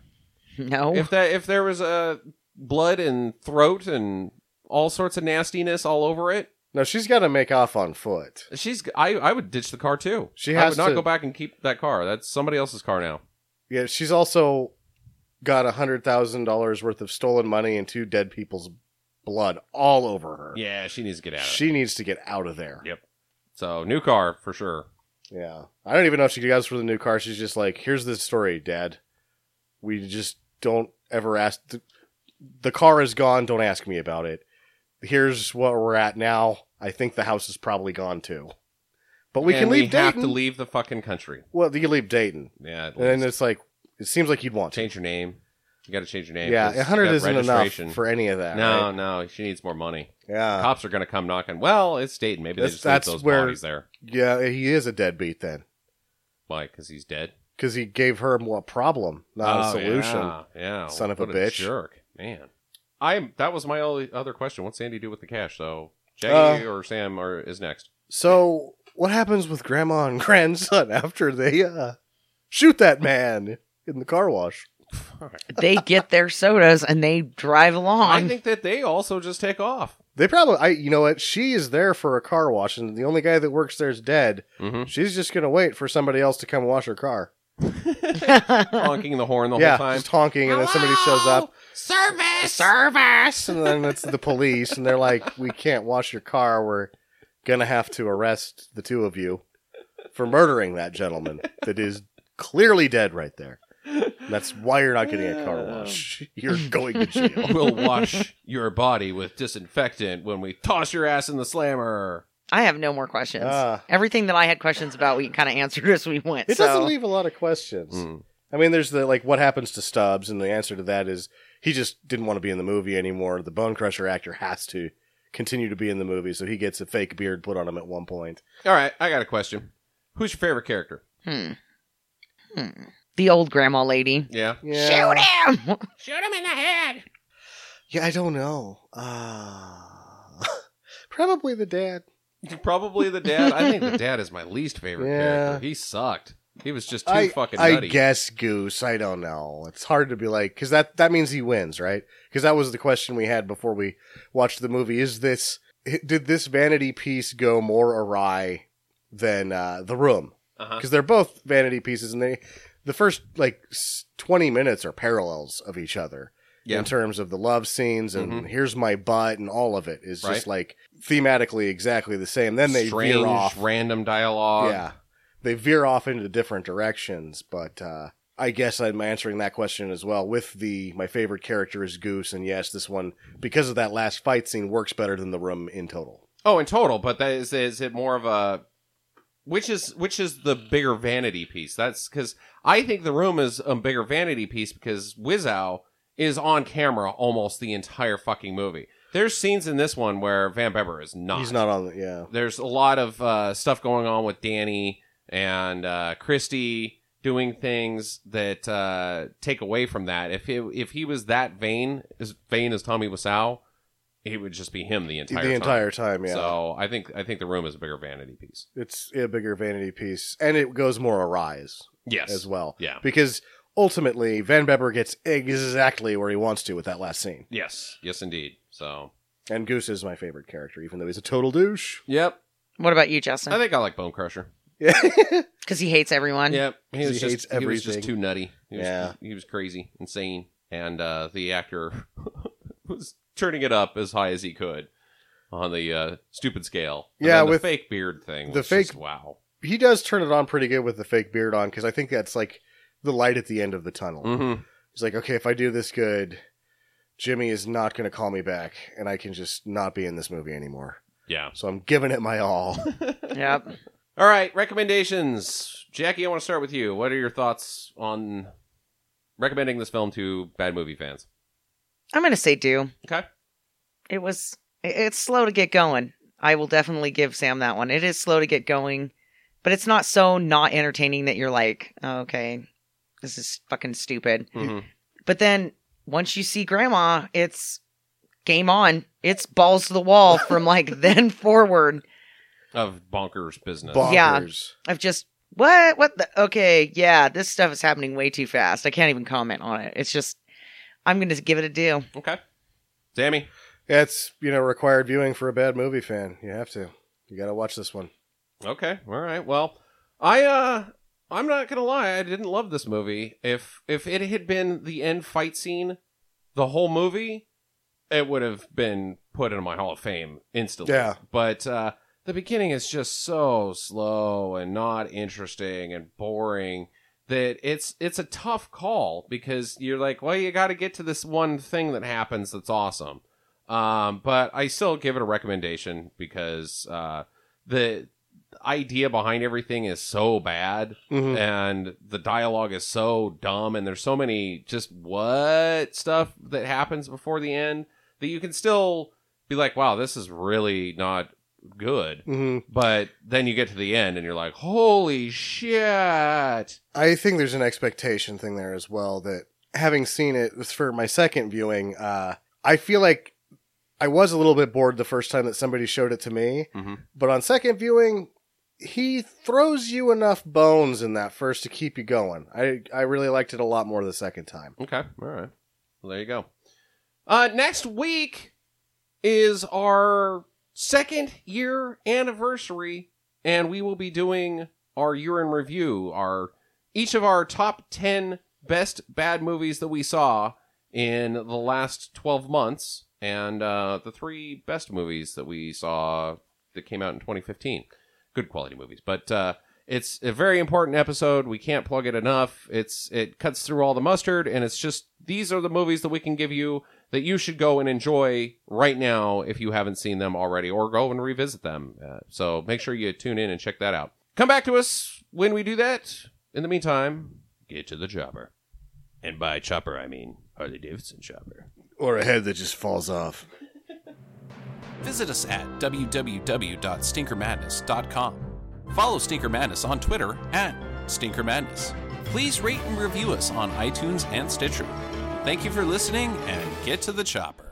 Speaker 4: Oh.
Speaker 3: No.
Speaker 1: If that if there was uh, blood and throat and all sorts of nastiness all over it,
Speaker 4: No, she's got to make off on foot.
Speaker 1: she's I I would ditch the car too.
Speaker 4: She
Speaker 1: I
Speaker 4: has
Speaker 1: would not
Speaker 4: to-
Speaker 1: go back and keep that car. That's somebody else's car now.
Speaker 4: Yeah, she's also got a hundred thousand dollars worth of stolen money and two dead people's blood all over her.
Speaker 1: Yeah, she needs to get out of it.
Speaker 4: She needs to get out of there.
Speaker 1: Yep. So new car for sure.
Speaker 4: Yeah. I don't even know if she goes for the new car. She's just like, here's the story, Dad. We just don't ever ask. The, the car is gone. Don't ask me about it. Here's what we're at now. I think the house is probably gone too. But we
Speaker 1: And
Speaker 4: can leave
Speaker 1: We have
Speaker 4: Dayton.
Speaker 1: to leave the fucking country.
Speaker 4: Well, you can leave Dayton.
Speaker 1: Yeah. at
Speaker 4: And then
Speaker 1: least.
Speaker 4: it's like, it seems like you'd want to.
Speaker 1: change your name. You got to change your name.
Speaker 4: Yeah,
Speaker 1: 'cause you
Speaker 4: 100
Speaker 1: got
Speaker 4: isn't enough
Speaker 1: registration.
Speaker 4: for any of that.
Speaker 1: no,
Speaker 4: right?
Speaker 1: no, she needs more money.
Speaker 4: Yeah.
Speaker 1: Cops are gonna come knocking. Well, it's Dayton. Maybe they
Speaker 4: That's-
Speaker 1: just
Speaker 4: that's
Speaker 1: leave those
Speaker 4: where-
Speaker 1: bodies there.
Speaker 4: Yeah, he is a deadbeat then.
Speaker 1: Why? Because he's dead.
Speaker 4: Because he gave her a problem, not
Speaker 1: Oh,
Speaker 4: a solution.
Speaker 1: Yeah, yeah.
Speaker 4: Son of a
Speaker 1: What
Speaker 4: bitch.
Speaker 1: jerk, man. I that was my only other question. What's Sandy do with the cash? So
Speaker 4: Uh,
Speaker 1: Jackie or Sam or is next.
Speaker 4: So, what happens with grandma and grandson after they uh, shoot that man in the car wash?
Speaker 3: they get their sodas and they drive
Speaker 1: I
Speaker 3: along.
Speaker 1: think that they also just take off.
Speaker 4: They probably, I, you know what? She is there for a car wash, and the only guy that works there is dead.
Speaker 1: Mm-hmm.
Speaker 4: She's just gonna wait for somebody else to come wash her car.
Speaker 1: Honking the horn the
Speaker 4: yeah,
Speaker 1: whole time.
Speaker 4: just honking, and then somebody shows up,
Speaker 1: Service.
Speaker 4: service, and then it's the police, and they're like, "We can't wash your car. We're gonna have to arrest the two of you for murdering that gentleman that is clearly dead right there." That's why you're not getting a car wash. You're going to jail.
Speaker 1: we'll wash your body with disinfectant when we toss your ass in the slammer.
Speaker 3: I have no more questions.
Speaker 1: Uh.
Speaker 4: Ah.
Speaker 3: Everything that I had questions about, we kind of answered as we went.
Speaker 4: It
Speaker 3: so.
Speaker 4: doesn't leave a lot of questions.
Speaker 1: Mm.
Speaker 4: I mean, there's the like, what happens to Stubbs, and the answer to that is he just didn't want to be in the movie anymore. The Bone Crusher actor has to continue to be in the movie, so he gets a fake beard put on him at one point.
Speaker 1: All right, I got a question. Who's your favorite character?
Speaker 3: Hmm. Hmm. The old grandma lady.
Speaker 1: Yeah.
Speaker 4: Yeah,
Speaker 3: Shoot him!
Speaker 1: Shoot him in the head.
Speaker 4: yeah, I don't know. Uh, probably the dad.
Speaker 1: Probably the dad. I think the dad is my least favorite
Speaker 4: Yeah.
Speaker 1: character. He sucked. He was just too
Speaker 4: I,
Speaker 1: fucking
Speaker 4: I
Speaker 1: nutty.
Speaker 4: guess Goose. I don't know. It's hard to be like because that that means he wins, right? Because that was the question we had before we watched the movie. Is this did this vanity piece go more awry than uh, the room?
Speaker 1: uh-huh.
Speaker 4: Because they're both vanity pieces, and they the first like s- twenty minutes are parallels of each other
Speaker 1: Yeah. Mm-hmm.
Speaker 4: in terms of the love scenes and here's my butt and all of it is
Speaker 1: Right.
Speaker 4: just like thematically exactly the same. Then they
Speaker 1: Strange,
Speaker 4: veer off
Speaker 1: random dialogue.
Speaker 4: yeah, they veer off into different directions. But uh, I guess I'm answering that question as well. With the my favorite character is Goose, and yes, this one because of that last fight scene works better than the room in total.
Speaker 1: Oh, in total, but that is is it more of a which is which is the bigger vanity piece? That's because I think the room is a bigger vanity piece because Wizow is on camera almost the entire fucking movie. There's scenes in this one where Van Beber is not.
Speaker 4: He's not on. The, yeah,
Speaker 1: There's a lot of uh, stuff going on with Danny and uh, Christy doing things that uh, take away from that. If he, if he was that vain as vain as Tommy Wiseau, it would just be him the entire
Speaker 4: the
Speaker 1: time.
Speaker 4: entire time. Yeah,
Speaker 1: So I think I think the room is a bigger vanity piece.
Speaker 4: it's a bigger vanity piece, and it goes more arise
Speaker 1: Yes.
Speaker 4: as well.
Speaker 1: Yeah.
Speaker 4: because ultimately Van Beber gets exactly where he wants to with that last scene.
Speaker 1: Yes. Yes, indeed. So.
Speaker 4: And Goose is my favorite character, even though he's a total douche.
Speaker 1: Yep.
Speaker 3: What about you,
Speaker 1: I
Speaker 3: Justin?
Speaker 1: think I like Bone Crusher.
Speaker 4: Yeah,
Speaker 3: Because he hates everyone.
Speaker 1: Yep. He
Speaker 4: He
Speaker 1: was just
Speaker 4: hates
Speaker 1: he was just
Speaker 4: everything.
Speaker 1: too nutty. He was,
Speaker 4: Yeah.
Speaker 1: He was crazy, insane, and uh, the actor was turning it up as high as he could on the uh, stupid scale. And
Speaker 4: Yeah,
Speaker 1: then the
Speaker 4: with
Speaker 1: fake beard thing.
Speaker 4: the
Speaker 1: was just,
Speaker 4: fake-
Speaker 1: wow.
Speaker 4: he does turn it on pretty good with the fake beard on because I think that's like the light at the end of the tunnel.
Speaker 1: Mm-hmm.
Speaker 4: He's like, okay, if I do this good, Jimmy is not going to call me back, and I can just not be in this movie anymore.
Speaker 1: Yeah.
Speaker 4: So I'm giving it my all.
Speaker 3: Yep.
Speaker 1: All right. Recommendations. Jackie, I want to start with you. What are your thoughts on recommending this film to bad movie fans?
Speaker 3: I'm gonna say do.
Speaker 1: Okay.
Speaker 3: It was. it- It's slow to get going. I will definitely give Sam that one. It is slow to get going, but it's not so not entertaining that you're like, oh, okay, this is fucking stupid.
Speaker 1: Mhm.
Speaker 3: But then once you see Grandma, it's game on. It's balls to the wall from like then forward
Speaker 1: Of bonkers business.
Speaker 3: Yeah.
Speaker 4: Bonkers.
Speaker 3: of just what what the okay yeah this stuff is happening way too fast. I can't even comment on it. It's just I'm gonna give it a do.
Speaker 1: Okay. Sammy.
Speaker 4: Yeah, it's you know required viewing for a bad movie fan. You have to. You got to watch this one.
Speaker 1: Okay. All right. Well, I uh I'm not going to lie, I didn't love this movie. If if it had been the end fight scene the whole movie, it would have been put in my Hall of Fame instantly.
Speaker 4: Yeah.
Speaker 1: But uh the beginning is just so slow and not interesting and boring that it's it's a tough call because you're like, well, you got to get to this one thing that happens that's awesome. Um, but I still give it a recommendation because uh, the idea behind everything is so bad
Speaker 4: Mhm.
Speaker 1: and the dialogue is so dumb and there's so many just what stuff that happens before the end that you can still be like wow this is really not good
Speaker 4: Mhm.
Speaker 1: but then you get to the end and you're like holy shit
Speaker 4: I think there's an expectation thing there as well that having seen it for my second viewing, uh, I feel like I was a little bit bored the first time that somebody showed it to me,
Speaker 1: Mhm.
Speaker 4: but on second viewing, he throws you enough bones in that first to keep you going. I I really liked it a lot more the second time.
Speaker 1: Okay. All right. Well, there you go. Uh, next week is our second year anniversary, and we will be doing our year in review, our each of our top ten best bad movies that we saw in the last twelve months, and uh, the three best movies that we saw that came out in 2015. Good quality movies, but uh, it's a very important episode. We can't plug it enough. It's it cuts through all the mustard, and it's just these are the movies that we can give you that you should go and enjoy right now if you haven't seen them already, or go and revisit them. Uh, so make sure you tune in and check that out. Come back to us when we do that. In the meantime, get to the chopper, and by chopper I mean Harley Davidson chopper.
Speaker 4: Or a head that just falls off.
Speaker 5: Visit us at www.stinkermadness.com. Follow Stinker Madness on Twitter at Stinker Madness. Please rate and review us on iTunes and Stitcher. Thank you for listening and get to the chopper.